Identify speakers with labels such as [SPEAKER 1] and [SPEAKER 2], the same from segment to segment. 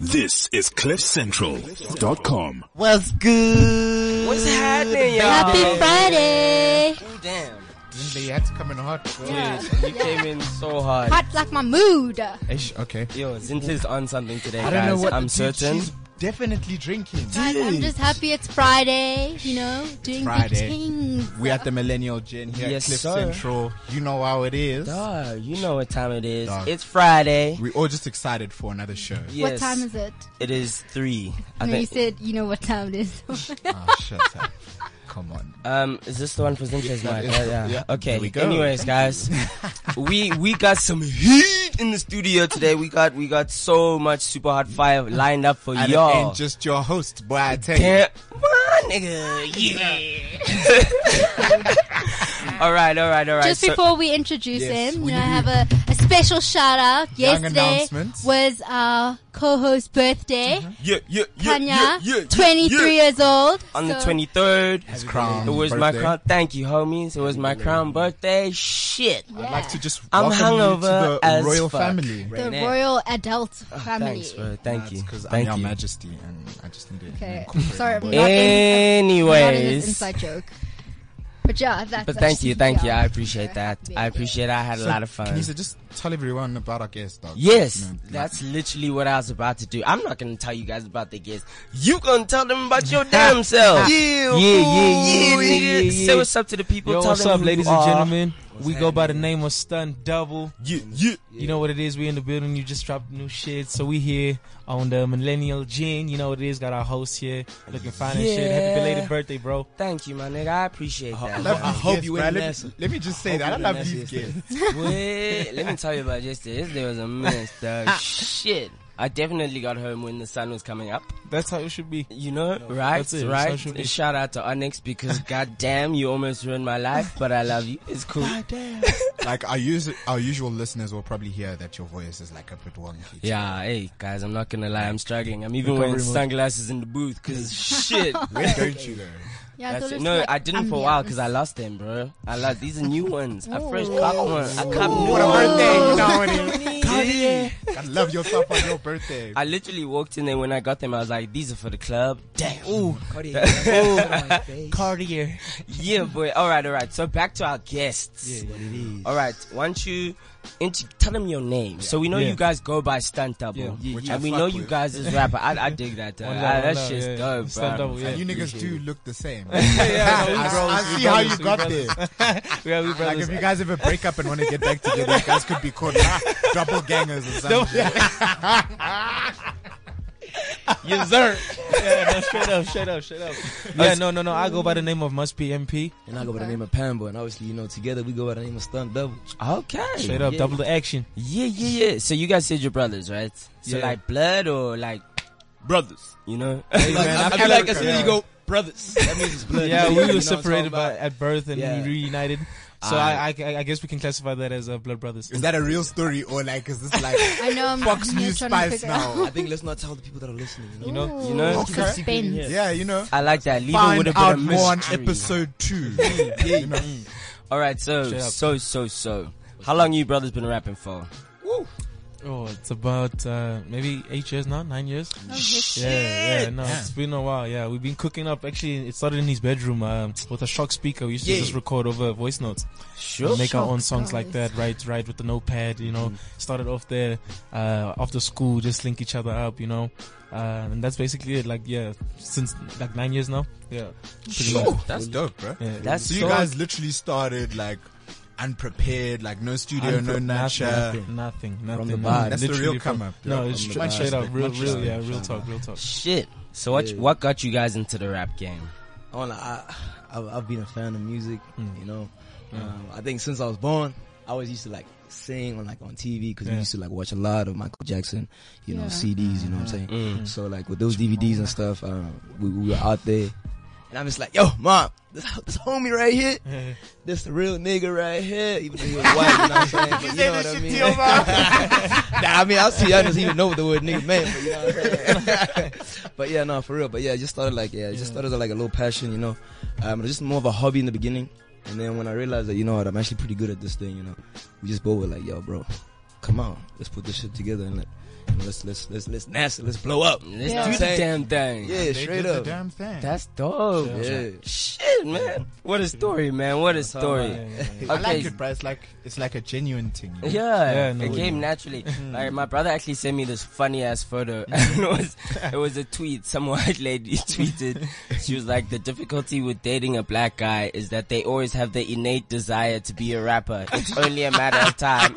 [SPEAKER 1] This is CliffCentral.com.
[SPEAKER 2] What's good?
[SPEAKER 3] What's happening, y'all?
[SPEAKER 4] Happy Friday.
[SPEAKER 3] Ooh, damn.
[SPEAKER 2] They had to come in hot.
[SPEAKER 3] Dude, you came in so hard.
[SPEAKER 4] Hot like my mood.
[SPEAKER 2] Ish, okay.
[SPEAKER 3] Yo, Zinta's on something today,
[SPEAKER 2] I
[SPEAKER 3] guys.
[SPEAKER 2] don't know what
[SPEAKER 3] I'm
[SPEAKER 2] dude,
[SPEAKER 3] certain.
[SPEAKER 2] She's definitely drinking.
[SPEAKER 4] Guys, I'm just happy it's Friday, you know, doing good
[SPEAKER 2] Friday.
[SPEAKER 4] things.
[SPEAKER 2] We at the Millennial Gin here
[SPEAKER 3] Yes,
[SPEAKER 2] at Cliff
[SPEAKER 3] sir.
[SPEAKER 2] Central. You know how it is.
[SPEAKER 3] Duh, you know what time it is.
[SPEAKER 2] Dog.
[SPEAKER 3] It's Friday.
[SPEAKER 2] We're all just excited for another show.
[SPEAKER 4] What time is it?
[SPEAKER 3] It is three. I
[SPEAKER 4] no, you
[SPEAKER 3] think.
[SPEAKER 4] said you know what time it is.
[SPEAKER 2] Oh, shut up. Come on.
[SPEAKER 3] Um, is this the one for Zinta's mic?
[SPEAKER 2] is-
[SPEAKER 3] Yeah, yeah.
[SPEAKER 2] yeah.
[SPEAKER 3] Okay.
[SPEAKER 2] There we go.
[SPEAKER 3] Anyways, guys, we we got some heat in the studio today. We got we got so much super hot fire lined up for
[SPEAKER 2] And it
[SPEAKER 3] y'all.
[SPEAKER 2] ain't just your host, boy, I tell you.
[SPEAKER 3] Damn, on, nigga, yeah. all right, all right, all right.
[SPEAKER 4] Just
[SPEAKER 3] So-
[SPEAKER 4] before we introduce
[SPEAKER 2] Yes,
[SPEAKER 4] him,
[SPEAKER 2] we
[SPEAKER 4] you know, I
[SPEAKER 2] do.
[SPEAKER 4] have a, a special shout out.
[SPEAKER 2] Young
[SPEAKER 4] Yesterday
[SPEAKER 2] announcements.
[SPEAKER 4] was our co-host's birthday,
[SPEAKER 3] yeah, yeah, Mm-hmm. yeah,
[SPEAKER 4] Tanya,
[SPEAKER 3] yeah, yeah, yeah,
[SPEAKER 4] 23
[SPEAKER 3] yeah.
[SPEAKER 4] years old.
[SPEAKER 3] on the
[SPEAKER 4] So,
[SPEAKER 3] 23rd.
[SPEAKER 2] His crown.
[SPEAKER 3] It was my
[SPEAKER 2] birthday.
[SPEAKER 3] crown. Thank you, homies. It was my crown birthday. Shit.
[SPEAKER 4] yeah,
[SPEAKER 2] I'd like to just
[SPEAKER 3] I'm
[SPEAKER 2] welcome you to
[SPEAKER 3] hungover
[SPEAKER 2] the
[SPEAKER 3] as
[SPEAKER 2] royal
[SPEAKER 3] fuck.
[SPEAKER 2] family.
[SPEAKER 4] the
[SPEAKER 3] Renee.
[SPEAKER 4] royal adult family.
[SPEAKER 3] Thanks, bro. Thank you.
[SPEAKER 2] Because I'm
[SPEAKER 3] Thank
[SPEAKER 2] your
[SPEAKER 3] you.
[SPEAKER 2] majesty and I just need it.
[SPEAKER 4] Okay,
[SPEAKER 2] incorporate
[SPEAKER 4] sorry,
[SPEAKER 2] my
[SPEAKER 4] I'm
[SPEAKER 2] word.
[SPEAKER 4] not in- I'm not in this
[SPEAKER 3] Anyways.
[SPEAKER 4] inside joke. But yeah, that's
[SPEAKER 3] But thank you, thank you.
[SPEAKER 4] yeah.
[SPEAKER 3] I appreciate that. I appreciate. I had a
[SPEAKER 2] So,
[SPEAKER 3] lot of fun.
[SPEAKER 2] Can you just tell everyone about our guest, dog? You
[SPEAKER 3] Yes,
[SPEAKER 2] know,
[SPEAKER 3] that's literally what I was about to do. I'm not gonna tell you guys about the guests. You gonna tell them about your damn self. yeah,
[SPEAKER 5] Yeah,
[SPEAKER 3] yeah, yeah,
[SPEAKER 5] fool. Yeah,
[SPEAKER 3] nigga.
[SPEAKER 5] yeah.
[SPEAKER 3] Say what's up to the people.
[SPEAKER 5] Yo,
[SPEAKER 3] tell
[SPEAKER 5] what's
[SPEAKER 3] them
[SPEAKER 5] up,
[SPEAKER 3] who
[SPEAKER 5] ladies
[SPEAKER 3] you
[SPEAKER 5] and
[SPEAKER 3] are.
[SPEAKER 5] gentlemen? we go by the
[SPEAKER 3] happening?
[SPEAKER 5] name of Stun Double.
[SPEAKER 3] Yeah, yeah.
[SPEAKER 5] You know what it is? We in the building. You just dropped new shit, so we here on the Millennial Gin. You know what it is? Got our host here, looking fine and shit.
[SPEAKER 3] Yeah.
[SPEAKER 5] Happy belated birthday, bro.
[SPEAKER 3] Thank you, my nigga. I appreciate that.
[SPEAKER 2] I love
[SPEAKER 5] I
[SPEAKER 2] these
[SPEAKER 5] hope
[SPEAKER 2] guests,
[SPEAKER 5] you
[SPEAKER 2] bruh.
[SPEAKER 5] ain't
[SPEAKER 2] Let me-
[SPEAKER 5] nasty.
[SPEAKER 2] Let me just say that. I
[SPEAKER 5] you
[SPEAKER 2] love
[SPEAKER 5] ain't
[SPEAKER 2] these
[SPEAKER 5] nasty
[SPEAKER 2] guests.
[SPEAKER 3] Wait, let me tell you about yesterday. Yesterday was a mess, dog. Shit. I definitely got home when the sun was coming up.
[SPEAKER 5] That's how it should be.
[SPEAKER 3] You know, right?
[SPEAKER 5] that's it.
[SPEAKER 3] Right?
[SPEAKER 5] Social media.
[SPEAKER 3] Shout out to Onyx because goddamn, you almost ruined my life, but I love you. It's cool.
[SPEAKER 2] Like our usual, our usual listeners will probably hear that your voice is like a bit wonky.
[SPEAKER 3] Yeah, hey guys, I'm not gonna lie, I'm struggling. I'm even
[SPEAKER 5] Recovery
[SPEAKER 3] wearing
[SPEAKER 5] mode.
[SPEAKER 3] sunglasses in the booth because shit.
[SPEAKER 2] Where don't you though?
[SPEAKER 4] Yeah, I
[SPEAKER 3] That's
[SPEAKER 4] thought
[SPEAKER 3] it.
[SPEAKER 4] it was
[SPEAKER 3] No,
[SPEAKER 4] like
[SPEAKER 3] I didn't for a while because I
[SPEAKER 4] onions.
[SPEAKER 3] lost them, bro. I lost these are new ones. I fresh
[SPEAKER 4] Ooh.
[SPEAKER 3] caught one. I caught new
[SPEAKER 2] What a birthday, you
[SPEAKER 3] ones.
[SPEAKER 2] know what I mean? I love yourself on your birthday.
[SPEAKER 3] I literally walked in there when I got them. I was like, "These are for the club." Damn. Ooh,
[SPEAKER 5] Oh Cartier.
[SPEAKER 3] yeah, boy. All right, all right. So back to our guests. All right. Why don't you int- tell them your name? So we know
[SPEAKER 5] Yeah.
[SPEAKER 3] you guys go by Stunt Double,
[SPEAKER 5] Yeah.
[SPEAKER 2] Yeah, Which yeah. I
[SPEAKER 3] and we
[SPEAKER 2] fuck
[SPEAKER 3] know you
[SPEAKER 2] with.
[SPEAKER 3] guys is rapper. I, I dig that. though.
[SPEAKER 5] One
[SPEAKER 3] Ah,
[SPEAKER 5] love,
[SPEAKER 3] that
[SPEAKER 5] one
[SPEAKER 3] shit's
[SPEAKER 5] love, yeah.
[SPEAKER 3] dope,
[SPEAKER 5] Stunt
[SPEAKER 3] bro.
[SPEAKER 5] double, yeah.
[SPEAKER 2] And you niggas do look the same. I, I
[SPEAKER 5] yeah,
[SPEAKER 2] see how you got there.
[SPEAKER 5] Yeah, we
[SPEAKER 2] Like if
[SPEAKER 5] brothers.
[SPEAKER 2] you guys ever break up and want to get back together, you guys could be called ah, double gangers or something.
[SPEAKER 5] Yes, sir. Yeah, no, straight up, straight up, straight up. Yeah, no, no, no. I go by the name of Must Be MP.
[SPEAKER 6] And I go by the name of Pambo, and obviously, you know, together we go by the name of Stunt Double.
[SPEAKER 3] Okay.
[SPEAKER 5] Straight up,
[SPEAKER 3] yeah.
[SPEAKER 5] double the action.
[SPEAKER 3] Yeah, yeah, yeah. So you guys said your brothers, right? So
[SPEAKER 5] Yeah.
[SPEAKER 3] like blood or like brothers, you know?
[SPEAKER 5] Hey, man, I
[SPEAKER 6] I
[SPEAKER 5] feel
[SPEAKER 6] feel like
[SPEAKER 5] like-
[SPEAKER 6] as soon as you go, brothers, that means it's blood.
[SPEAKER 5] Yeah,
[SPEAKER 6] You know
[SPEAKER 5] we
[SPEAKER 6] what
[SPEAKER 5] were
[SPEAKER 6] I'm
[SPEAKER 5] separated
[SPEAKER 6] talking
[SPEAKER 5] by
[SPEAKER 6] about?
[SPEAKER 5] at birth and
[SPEAKER 6] Yeah.
[SPEAKER 5] we reunited. So I, I, I guess we can classify that as uh, blood brothers.
[SPEAKER 2] Is that a real story or like is this like
[SPEAKER 4] I know. I'm
[SPEAKER 2] Fox
[SPEAKER 4] I'm here
[SPEAKER 2] News
[SPEAKER 4] trying to
[SPEAKER 2] spice
[SPEAKER 4] figure it out.
[SPEAKER 2] now?
[SPEAKER 6] I think let's not tell the people that are listening. You know?
[SPEAKER 5] You know?
[SPEAKER 3] You know?
[SPEAKER 4] Ooh,
[SPEAKER 2] Okay.
[SPEAKER 4] suspense.
[SPEAKER 2] Yeah, you know.
[SPEAKER 3] I like that. Leave it
[SPEAKER 2] Find
[SPEAKER 3] with a bit
[SPEAKER 2] out
[SPEAKER 3] of
[SPEAKER 2] more on
[SPEAKER 3] mystery.
[SPEAKER 2] episode two. You know?
[SPEAKER 3] All right, so
[SPEAKER 5] Straight up.
[SPEAKER 3] so so so. How long you brothers been rapping for?
[SPEAKER 5] Oh, it's about uh, maybe eight years now, nine years.
[SPEAKER 4] Oh, yes.
[SPEAKER 5] Yeah, yeah, no, it's been a while. Yeah, we've been cooking up. Actually, it started in his bedroom um, with a shock speaker. We used to
[SPEAKER 3] Yeah.
[SPEAKER 5] just record over voice notes,
[SPEAKER 3] Sure.
[SPEAKER 5] make our
[SPEAKER 4] Shock
[SPEAKER 5] own songs like
[SPEAKER 4] guys.
[SPEAKER 5] that. Write, write with the notepad. You know, started off there uh, after school, just link each other up. You know, uh, and that's basically it. Like, yeah, since like nine years now. Yeah, pretty much.
[SPEAKER 2] That's dope, bro.
[SPEAKER 5] Yeah.
[SPEAKER 3] That's
[SPEAKER 2] So you
[SPEAKER 3] so-
[SPEAKER 2] guys literally started like unprepared, like no studio,
[SPEAKER 5] Unpro-
[SPEAKER 2] no nature.
[SPEAKER 5] Nothing, nothing, nothing.
[SPEAKER 6] From the
[SPEAKER 5] no,
[SPEAKER 6] vibe.
[SPEAKER 2] That's the
[SPEAKER 5] literally
[SPEAKER 2] real
[SPEAKER 5] from-
[SPEAKER 2] come up,
[SPEAKER 5] No,
[SPEAKER 2] yeah,
[SPEAKER 5] it's
[SPEAKER 2] from
[SPEAKER 5] stra-
[SPEAKER 2] the
[SPEAKER 5] straight
[SPEAKER 2] vibe.
[SPEAKER 5] up, real,
[SPEAKER 2] Much
[SPEAKER 5] real,
[SPEAKER 2] respect,
[SPEAKER 5] yeah, real talk, real talk.
[SPEAKER 3] Shit. So what
[SPEAKER 6] Yeah.
[SPEAKER 3] what got you guys into the rap game?
[SPEAKER 6] I wanna, I, I've, I've been a fan of music. You know, um, I think since I was born, I always used to like sing on like on TV because
[SPEAKER 5] Yeah.
[SPEAKER 6] we used to like watch a lot of Michael Jackson. You know,
[SPEAKER 4] Yeah.
[SPEAKER 6] CDs. You know what I'm saying? So like with those DVDs and stuff, um, we, we were out there, and I'm just like, yo, mom, this, this homie right here.
[SPEAKER 5] Yeah.
[SPEAKER 6] This the real nigga right here, even though he was white, you know what I'm saying? But you know what I mean? nah, I mean, I was too young to even know what the word nigga meant, but you know what I'm saying? but yeah, no, for real. But yeah, it just started like, yeah, it just started as like a little passion, you know. Um, it was just more of a hobby in the beginning. And then when I realized that, you know what, I'm actually pretty good at this thing, you know, we just both were like, yo, bro, come on, let's put this shit together and let, you know, let's let's let's let's nasty, let's blow up.
[SPEAKER 3] Let's
[SPEAKER 4] Yeah.
[SPEAKER 3] do the
[SPEAKER 6] Say-
[SPEAKER 3] damn thing.
[SPEAKER 6] Yeah,
[SPEAKER 2] They
[SPEAKER 6] straight
[SPEAKER 2] did
[SPEAKER 6] up.
[SPEAKER 2] the damn thing.
[SPEAKER 3] That's dope.
[SPEAKER 6] yeah.
[SPEAKER 3] Shit, man. What a story, man. What a story. Okay.
[SPEAKER 2] I like it, bro. It's like it's like a genuine thing. you know?
[SPEAKER 3] Yeah,
[SPEAKER 5] Yeah, no,
[SPEAKER 3] it
[SPEAKER 5] we
[SPEAKER 3] came naturally. like my brother actually sent me this funny ass photo. and it was it was a tweet. Some white lady tweeted. She was like, "The difficulty with dating a black guy is that they always have the innate desire to be a rapper. It's only a matter of time."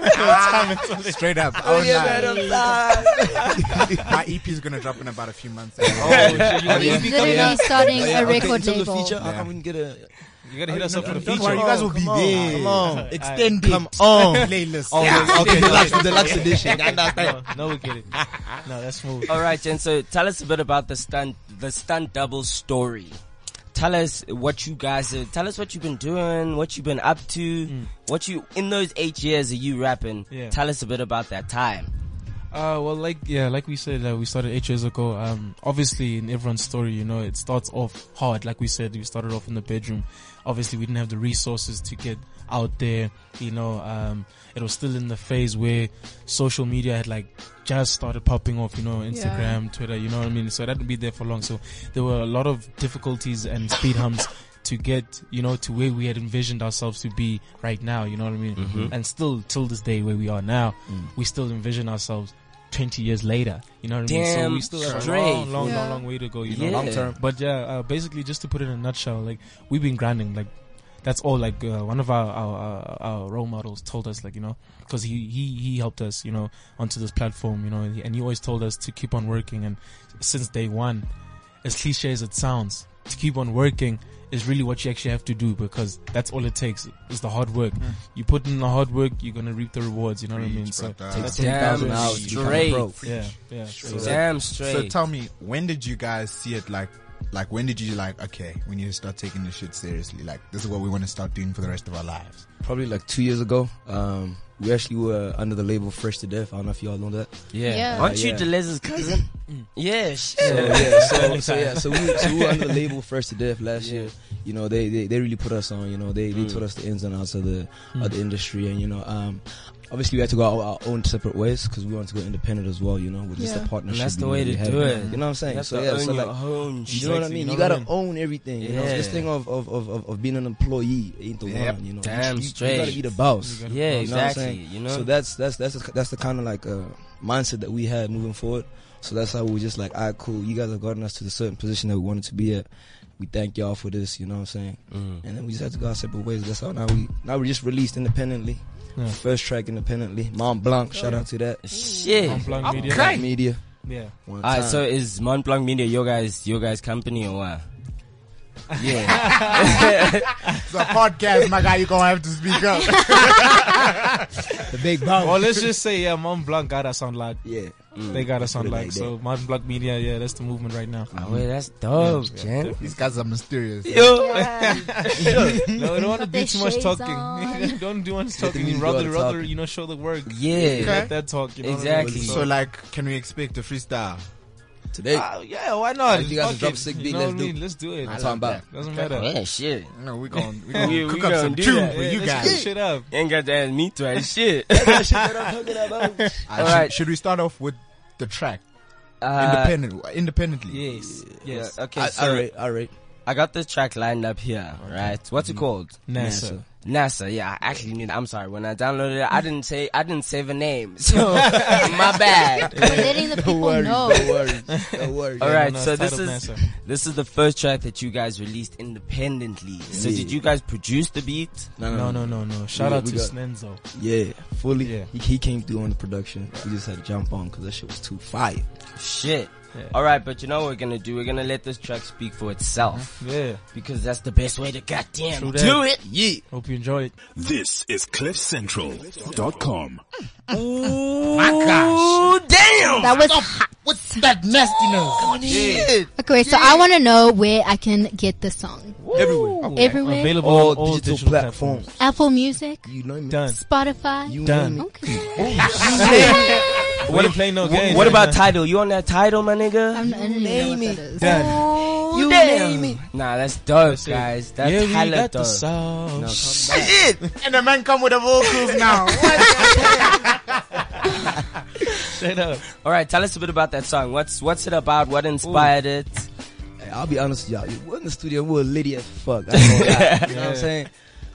[SPEAKER 2] Straight up.
[SPEAKER 6] Oh,
[SPEAKER 2] I was
[SPEAKER 6] yeah,
[SPEAKER 2] like,
[SPEAKER 6] man, I'm live.
[SPEAKER 2] my EP is gonna drop in about a few months.
[SPEAKER 4] He's literally
[SPEAKER 6] Yeah.
[SPEAKER 4] starting
[SPEAKER 6] Yeah,
[SPEAKER 4] a
[SPEAKER 6] okay,
[SPEAKER 4] record
[SPEAKER 6] in terms of
[SPEAKER 4] label.
[SPEAKER 6] feature, how
[SPEAKER 2] Yeah.
[SPEAKER 6] come we can get a
[SPEAKER 5] You gotta hit us up for the
[SPEAKER 2] Don't
[SPEAKER 5] feature.
[SPEAKER 2] worry, you guys will be
[SPEAKER 6] Come on,
[SPEAKER 2] there.
[SPEAKER 6] Come on,
[SPEAKER 5] Extend
[SPEAKER 6] Come on.
[SPEAKER 2] Playlist.
[SPEAKER 6] Oh, okay, deluxe, deluxe edition. I understand.
[SPEAKER 5] No, no, we get it. No, that's smooth.
[SPEAKER 3] All right, Jen. So tell us a bit about the stunt, the stunt double story. Tell us what you guys are, tell us what you've been doing, what you've been up to, what you, in those eight years of you rapping,
[SPEAKER 5] Yeah.
[SPEAKER 3] tell us a bit about that time.
[SPEAKER 5] Uh, well, like yeah, like we said, uh, we started eight years ago. Um, obviously, in everyone's story, you know, it starts off hard. Like we said, we started off in the bedroom. Obviously, we didn't have the resources to get out there. You know, um, it was still in the phase where social media had like just started popping off. You know, Instagram, Twitter. You know what I mean? So it hadn't been there for long. So there were a lot of difficulties and speed humps. To get, you know, to where we had envisioned ourselves to be right now, you know what I mean? And still, till this day where we are now,
[SPEAKER 6] Mm.
[SPEAKER 5] we still envision ourselves 20 years later. You know what I mean? So
[SPEAKER 3] Damn
[SPEAKER 5] we still have a
[SPEAKER 3] straight.
[SPEAKER 5] long, long, long,
[SPEAKER 4] Yeah.
[SPEAKER 5] long way to go. You know,
[SPEAKER 3] Yeah.
[SPEAKER 5] long term. But yeah, uh, basically, just to put it in a nutshell, like we've been grinding. Like that's all. Like uh, one of our, our our- our role models told us, like you know, because he he he helped us, you know, onto this platform, you know, and he, and he always told us to keep on working. And since day one, as cliche as it sounds, to keep on working is really what you actually have to do because that's all it takes is the hard work. You put in the hard work, you're gonna reap the rewards. You know what I mean? So
[SPEAKER 6] Takes
[SPEAKER 3] Damn
[SPEAKER 6] 10,000 hours to become a
[SPEAKER 3] straight.
[SPEAKER 6] pro.
[SPEAKER 5] yeah, yeah. So-
[SPEAKER 3] Damn
[SPEAKER 2] So
[SPEAKER 3] straight.
[SPEAKER 2] tell me, when did you guys see it? Like, like when did you like? Okay, we need to start taking this shit seriously. Like, this is what we want to start doing for the rest of our lives.
[SPEAKER 6] Probably like two years ago. Um, we actually were under the label Fresh to Death. I don't know if y'all know that.
[SPEAKER 4] Yeah.
[SPEAKER 3] Aren't you
[SPEAKER 6] Yeah.
[SPEAKER 3] Delez's cousin? Mm. yeah, shit.
[SPEAKER 6] So yeah, so, so yeah, so we, so we were under the label Fresh to Death last year. You know, they, they they really put us on. You know, they
[SPEAKER 3] Mm.
[SPEAKER 6] they taught us the ins and outs of the of the industry, and you know, um, obviously we had to go our, our own separate ways because we wanted to go independent as well. You know, with just
[SPEAKER 4] Yeah.
[SPEAKER 6] a partnership.
[SPEAKER 3] That's the
[SPEAKER 6] we
[SPEAKER 3] way to
[SPEAKER 6] already had.
[SPEAKER 3] do it.
[SPEAKER 6] You know what I'm
[SPEAKER 3] You
[SPEAKER 6] saying?
[SPEAKER 3] have
[SPEAKER 6] So
[SPEAKER 3] to
[SPEAKER 6] yeah,
[SPEAKER 3] own
[SPEAKER 6] so
[SPEAKER 3] your
[SPEAKER 6] like.
[SPEAKER 3] own
[SPEAKER 6] You know what I mean? You,
[SPEAKER 5] know what
[SPEAKER 6] gotta
[SPEAKER 5] I mean?
[SPEAKER 6] own everything. You know,
[SPEAKER 3] Yeah.
[SPEAKER 6] this thing of of, of, of of being an employee ain't the
[SPEAKER 2] Yep.
[SPEAKER 6] one. You know,
[SPEAKER 3] Damn
[SPEAKER 6] you, you-
[SPEAKER 3] straight.
[SPEAKER 6] You gotta be the boss.
[SPEAKER 3] shit. Yeah,
[SPEAKER 6] You know what I'm
[SPEAKER 3] exactly.
[SPEAKER 6] saying?
[SPEAKER 3] You know?
[SPEAKER 6] So that's that's that's the- that's the kind of like uh, mindset that we had moving forward. So that's how we were just like, all right, cool. You guys have gotten us to the certain position that we wanted to be at. We thank y'all for this. You know what I'm saying?
[SPEAKER 3] Mm-hmm. Mm.
[SPEAKER 6] And then we just had to go our separate ways. That's how now we now we just released independently.
[SPEAKER 5] Yeah.
[SPEAKER 6] First track independently. Mont Blanc. Shout out to that.
[SPEAKER 3] Shit.
[SPEAKER 5] Mont Blanc Media.
[SPEAKER 6] Black Media.
[SPEAKER 5] Yeah.
[SPEAKER 6] One
[SPEAKER 3] Alright,
[SPEAKER 6] time. Mm-hmm.
[SPEAKER 3] so is Mont Blanc Media your guys your guys company or what? Yeah.
[SPEAKER 2] It's a podcast, my guy. You gonna have to speak up.
[SPEAKER 6] the big boss.
[SPEAKER 5] Well, let's just say yeah, Mont Blanc got us on like
[SPEAKER 6] Yeah.
[SPEAKER 5] they got us on
[SPEAKER 6] Put it
[SPEAKER 5] like
[SPEAKER 6] like
[SPEAKER 5] so. Mont Blanc Media, yeah, that's the movement right now.
[SPEAKER 3] oh, wait, that's dope, Jen.
[SPEAKER 2] These guys are mysterious.
[SPEAKER 3] Yo.
[SPEAKER 5] No, we don't want to
[SPEAKER 4] Got
[SPEAKER 5] do
[SPEAKER 4] their
[SPEAKER 5] too much
[SPEAKER 4] shades
[SPEAKER 5] talking.
[SPEAKER 4] on.
[SPEAKER 5] don't do much
[SPEAKER 6] Let the
[SPEAKER 5] talking.
[SPEAKER 6] music do all
[SPEAKER 5] Rather,
[SPEAKER 6] the
[SPEAKER 5] rather,
[SPEAKER 6] talking.
[SPEAKER 5] you know, show the work.
[SPEAKER 3] Yeah.
[SPEAKER 5] Let that talk. You know what I mean?
[SPEAKER 3] Exactly.
[SPEAKER 2] So, like, can we expect a freestyle?
[SPEAKER 6] Today.
[SPEAKER 5] Uh, yeah, why not?
[SPEAKER 6] If you guys
[SPEAKER 5] Fuck
[SPEAKER 6] drop
[SPEAKER 5] it.
[SPEAKER 6] sick
[SPEAKER 5] You
[SPEAKER 6] beat,
[SPEAKER 5] know
[SPEAKER 6] let's
[SPEAKER 5] what I
[SPEAKER 6] do
[SPEAKER 5] mean? Let's do it.
[SPEAKER 6] I'm talking about.
[SPEAKER 5] Doesn't matter.
[SPEAKER 3] Yeah, shit.
[SPEAKER 2] No, we gonna we gonna
[SPEAKER 3] We- we
[SPEAKER 2] cook
[SPEAKER 3] gonna
[SPEAKER 2] up some
[SPEAKER 3] do
[SPEAKER 2] tune
[SPEAKER 3] that.
[SPEAKER 2] for
[SPEAKER 5] Yeah,
[SPEAKER 2] you
[SPEAKER 5] let's get
[SPEAKER 2] guys.
[SPEAKER 5] shit up.
[SPEAKER 3] Ain't got that me to that shit.
[SPEAKER 6] That shit that I'm talking about.
[SPEAKER 2] All right,
[SPEAKER 3] Alright.
[SPEAKER 2] should, should we start off with the track
[SPEAKER 3] Uh,
[SPEAKER 2] independent independently?
[SPEAKER 5] Yes. Yes.
[SPEAKER 3] yeah, okay,
[SPEAKER 6] I-
[SPEAKER 3] so
[SPEAKER 6] all right, all right.
[SPEAKER 3] I got this track lined up here, right? What's
[SPEAKER 6] Mm.
[SPEAKER 3] it called?
[SPEAKER 5] NASA.
[SPEAKER 3] NASA, yeah, I actually knew that. I'm sorry. When I downloaded it, I didn't say, I didn't save a name. So, my bad.
[SPEAKER 4] We're letting the people know.
[SPEAKER 6] Don't worry. Don't worry.
[SPEAKER 3] All right,
[SPEAKER 5] no,
[SPEAKER 3] so
[SPEAKER 5] it's
[SPEAKER 3] this
[SPEAKER 5] titled
[SPEAKER 3] is
[SPEAKER 5] NASA.
[SPEAKER 3] this is the first track that you guys released independently. So
[SPEAKER 6] Yeah.
[SPEAKER 3] did you guys produce the beat?
[SPEAKER 5] No, no, no, no. Shout
[SPEAKER 6] We-
[SPEAKER 5] out
[SPEAKER 6] we
[SPEAKER 5] to
[SPEAKER 6] got-
[SPEAKER 5] Snenzo.
[SPEAKER 6] Yeah, fully.
[SPEAKER 5] Yeah.
[SPEAKER 6] He, he came through on the production. We just had to jump on because that shit was too fire.
[SPEAKER 3] Shit.
[SPEAKER 5] Yeah.
[SPEAKER 3] All right, but you know what we're gonna do? We're gonna let this track speak for itself
[SPEAKER 5] Yeah.
[SPEAKER 3] because that's the best way to goddamn
[SPEAKER 5] True that.
[SPEAKER 3] do it. Yeah.
[SPEAKER 5] Hope you enjoy it.
[SPEAKER 1] This is CliffCentral.com.
[SPEAKER 3] Ooh, damn. Oh,
[SPEAKER 4] That was hot.
[SPEAKER 2] What's that nastiness?
[SPEAKER 3] Shit.
[SPEAKER 4] Okay, so I want to know where I can get the song.
[SPEAKER 6] Everywhere.
[SPEAKER 4] Everywhere.
[SPEAKER 5] Available
[SPEAKER 6] All,
[SPEAKER 5] on all
[SPEAKER 6] digital, platforms.
[SPEAKER 4] Apple Music,
[SPEAKER 6] You know me.
[SPEAKER 5] Done.
[SPEAKER 4] Spotify.
[SPEAKER 6] You
[SPEAKER 5] Done.
[SPEAKER 6] know me.
[SPEAKER 4] Okay.
[SPEAKER 5] We ain't playing no games.
[SPEAKER 3] What
[SPEAKER 5] right
[SPEAKER 3] about
[SPEAKER 5] now.
[SPEAKER 3] title? You on that title, my nigga?
[SPEAKER 4] I'm, I don't even know what that is.
[SPEAKER 5] Done.
[SPEAKER 3] Ooh,
[SPEAKER 6] You
[SPEAKER 3] damn.
[SPEAKER 6] name it.
[SPEAKER 3] Nah, that's dope,
[SPEAKER 5] it.
[SPEAKER 3] guys. That's
[SPEAKER 5] Yeah, we
[SPEAKER 3] hella
[SPEAKER 5] got the
[SPEAKER 3] dope.
[SPEAKER 5] sauce.
[SPEAKER 6] No,
[SPEAKER 2] And the man come with the vocals now.
[SPEAKER 5] Straight up.
[SPEAKER 3] All right, tell us a bit about that song. What's what's it about? What inspired it?
[SPEAKER 6] Hey, I'll be honest with y'all. We're in the studio. We're litty as fuck. I ain't gonna lie. You know what I'm saying?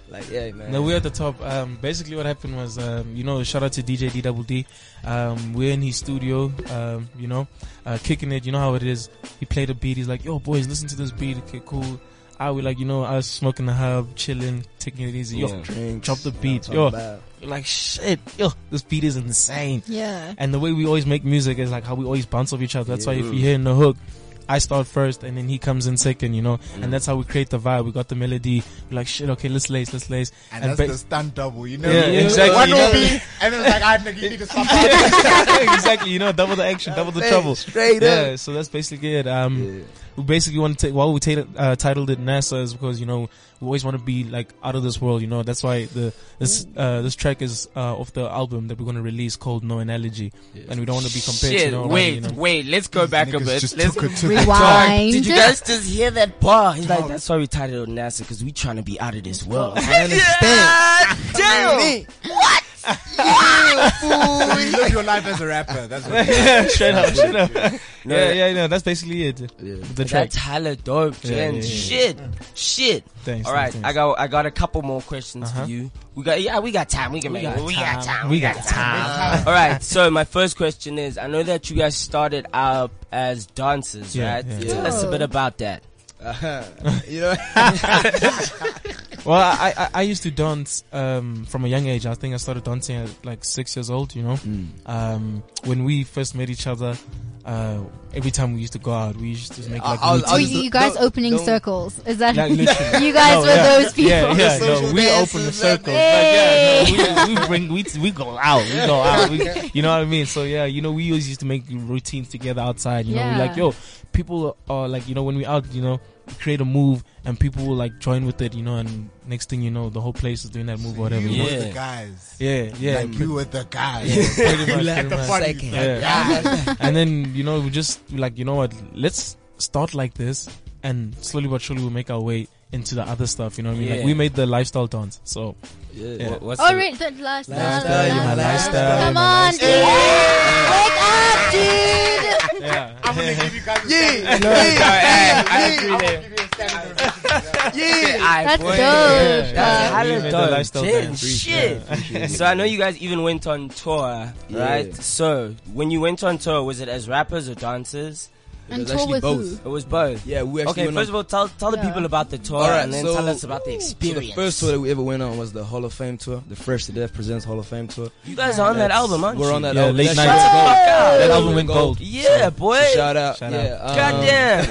[SPEAKER 6] Like, yeah, man.
[SPEAKER 5] No, we're at the top. Um, basically, what happened was, um, you know, shout out to DJ D Double D. Um, we're in his studio, um, you know, uh, kicking it. You know how it is. He played a beat. He's like, yo, boys, listen to this beat. Okay, cool. I we like, you know, I was smoking the hub, chilling, taking it easy. Yo,
[SPEAKER 3] Yeah.
[SPEAKER 6] Drinks.
[SPEAKER 5] drop the beat.
[SPEAKER 6] Talk
[SPEAKER 5] Yo,
[SPEAKER 6] about-
[SPEAKER 5] You're like, shit, yo, this beat is insane.
[SPEAKER 4] Yeah.
[SPEAKER 5] And the way we always make music is like how we always bounce off each other. That's why if you hear in the hook, I start first and then he comes in second, you know, and that's how we create the vibe. We got the melody. We're like, shit, okay, let's lace, let's lace.
[SPEAKER 2] And that's
[SPEAKER 5] ba-
[SPEAKER 2] the stunt double, you know?
[SPEAKER 5] Yeah,
[SPEAKER 2] You know,
[SPEAKER 5] exactly,
[SPEAKER 2] One
[SPEAKER 5] you know.
[SPEAKER 2] will be, and then it's like, I nigga, you need to stop. that."
[SPEAKER 5] exactly, you know, double the action, double the
[SPEAKER 6] Hey,
[SPEAKER 5] trouble.
[SPEAKER 6] Straight
[SPEAKER 5] Yeah,
[SPEAKER 6] up.
[SPEAKER 5] so that's basically it. Um,
[SPEAKER 6] Yeah.
[SPEAKER 5] we basically want to take, why we ta- uh, titled it NASA is because, you know, we always want to be like out of this world, you know, that's why the, this, uh, this track is, uh, off the album that we're going to release called No Analogy. And we don't want to be compared to
[SPEAKER 3] Shit,
[SPEAKER 5] no
[SPEAKER 3] wait,
[SPEAKER 5] you know.
[SPEAKER 3] wait. Let's go back a
[SPEAKER 2] Niggas
[SPEAKER 3] bit.
[SPEAKER 2] just
[SPEAKER 3] Let's
[SPEAKER 2] took it to the
[SPEAKER 3] Dog,
[SPEAKER 4] Rewind.
[SPEAKER 3] Did you guys just hear that bar? He's like, that's why we titled it NASA because we trying to be out of this world.
[SPEAKER 6] I understand.
[SPEAKER 3] Damn.
[SPEAKER 2] You live your life as a rapper. That's what
[SPEAKER 5] straight up, straight up.
[SPEAKER 3] No,
[SPEAKER 5] yeah, yeah, no, that's basically it. The track.
[SPEAKER 3] That's hella dope,
[SPEAKER 5] Yeah, yeah,
[SPEAKER 3] Jen.
[SPEAKER 5] yeah.
[SPEAKER 3] Shit, shit.
[SPEAKER 5] Thanks,
[SPEAKER 3] All right,
[SPEAKER 5] thanks,
[SPEAKER 3] I got I got a couple more questions
[SPEAKER 5] Uh-huh.
[SPEAKER 3] for you. We got yeah, we got time. We can make it. We got time.
[SPEAKER 5] We got time.
[SPEAKER 3] All right. So my first question is, I know that you guys started out as dancers,
[SPEAKER 5] Yeah,
[SPEAKER 3] right?
[SPEAKER 5] yeah.
[SPEAKER 3] Tell us a bit about that.
[SPEAKER 6] Uh-huh. You know?
[SPEAKER 5] Well, I, I I used to dance um from a young age. I think I started dancing at like six years old. You know, um when we first met each other, uh every time we used to go out, we used to make
[SPEAKER 6] I-
[SPEAKER 5] like
[SPEAKER 6] I was-
[SPEAKER 5] meetings.
[SPEAKER 4] Were
[SPEAKER 6] just-
[SPEAKER 4] Oh, you guys
[SPEAKER 6] don't-
[SPEAKER 4] opening
[SPEAKER 6] don't-
[SPEAKER 4] circles? Is that
[SPEAKER 5] Like, literally.
[SPEAKER 4] you guys
[SPEAKER 5] No,
[SPEAKER 4] were
[SPEAKER 5] yeah.
[SPEAKER 4] those people?
[SPEAKER 5] Yeah, yeah, no,
[SPEAKER 6] social
[SPEAKER 5] we open the
[SPEAKER 6] dances,
[SPEAKER 5] circles. Like, yeah, no, we, we bring, we, we go out, we go out. We, you know what I mean? So yeah, you know, we always used to make routines together outside. You know,
[SPEAKER 4] Yeah.
[SPEAKER 5] we like, yo, people are like, you know, when we out, you know, we create a move and people will like join with it, you know, and next thing you know, the whole place is doing that move, or whatever.
[SPEAKER 2] You
[SPEAKER 5] you know?
[SPEAKER 2] were
[SPEAKER 3] Yeah.
[SPEAKER 2] the guys.
[SPEAKER 5] Yeah, yeah.
[SPEAKER 2] Like, you were the guys.
[SPEAKER 5] pretty much,
[SPEAKER 6] Like
[SPEAKER 5] pretty
[SPEAKER 6] the
[SPEAKER 5] much.
[SPEAKER 6] funny
[SPEAKER 2] Second.
[SPEAKER 6] guy.
[SPEAKER 5] Yeah. and then, you know, we just like, you know what, let's start like this and slowly but surely we'll make our way into the other stuff, you know what I mean?
[SPEAKER 3] Yeah.
[SPEAKER 5] Like we made the lifestyle dance. So
[SPEAKER 6] Yeah.
[SPEAKER 5] Yeah.
[SPEAKER 3] What- What's
[SPEAKER 4] All
[SPEAKER 3] the-
[SPEAKER 4] right, that lifestyle.
[SPEAKER 6] Lifestyle,
[SPEAKER 4] lifestyle,
[SPEAKER 6] my
[SPEAKER 5] lifestyle,
[SPEAKER 4] Come
[SPEAKER 5] my
[SPEAKER 4] on, dude. Wake up, dude.
[SPEAKER 5] Yeah.
[SPEAKER 2] I'm gonna give you guys a
[SPEAKER 6] Yeah.
[SPEAKER 2] standing
[SPEAKER 6] Yeah.
[SPEAKER 2] ovation. I'm gonna give you a standing ovation.
[SPEAKER 6] Yeah.
[SPEAKER 3] Aye,
[SPEAKER 4] That's
[SPEAKER 3] boy.
[SPEAKER 4] dope.
[SPEAKER 5] Yeah.
[SPEAKER 4] Uh,
[SPEAKER 5] We
[SPEAKER 3] Hella
[SPEAKER 5] made the
[SPEAKER 3] dope.
[SPEAKER 5] lifestyle
[SPEAKER 3] Shit,
[SPEAKER 5] dance.
[SPEAKER 3] shit. So I know you guys even went on tour, right?
[SPEAKER 6] Yeah.
[SPEAKER 3] So when you went on tour, was it as rappers or dancers?
[SPEAKER 4] And
[SPEAKER 6] was
[SPEAKER 4] tour
[SPEAKER 6] actually
[SPEAKER 4] with
[SPEAKER 6] both.
[SPEAKER 3] It
[SPEAKER 4] who?
[SPEAKER 3] was both.
[SPEAKER 6] Yeah, we actually
[SPEAKER 3] Okay,
[SPEAKER 6] went
[SPEAKER 3] first of
[SPEAKER 6] on-
[SPEAKER 3] all, tell tell the
[SPEAKER 4] Yeah.
[SPEAKER 3] people about the tour,
[SPEAKER 6] Alright,
[SPEAKER 3] and then
[SPEAKER 6] so-
[SPEAKER 3] tell us about the
[SPEAKER 6] So the
[SPEAKER 3] experience.
[SPEAKER 6] first tour that we ever went on was the Hall of Fame tour, the Fresh to Death Presents Hall of Fame tour.
[SPEAKER 3] you guys are on that album, aren't
[SPEAKER 6] We're
[SPEAKER 3] you?
[SPEAKER 6] on that
[SPEAKER 5] Yeah,
[SPEAKER 6] album.
[SPEAKER 5] late
[SPEAKER 6] That
[SPEAKER 5] night.
[SPEAKER 6] shit was gold.
[SPEAKER 3] Fuck
[SPEAKER 6] That
[SPEAKER 3] out.
[SPEAKER 6] album went gold.
[SPEAKER 3] Yeah, boy.
[SPEAKER 6] Shout out,
[SPEAKER 5] Shout
[SPEAKER 6] yeah. Um,
[SPEAKER 3] Goddamn.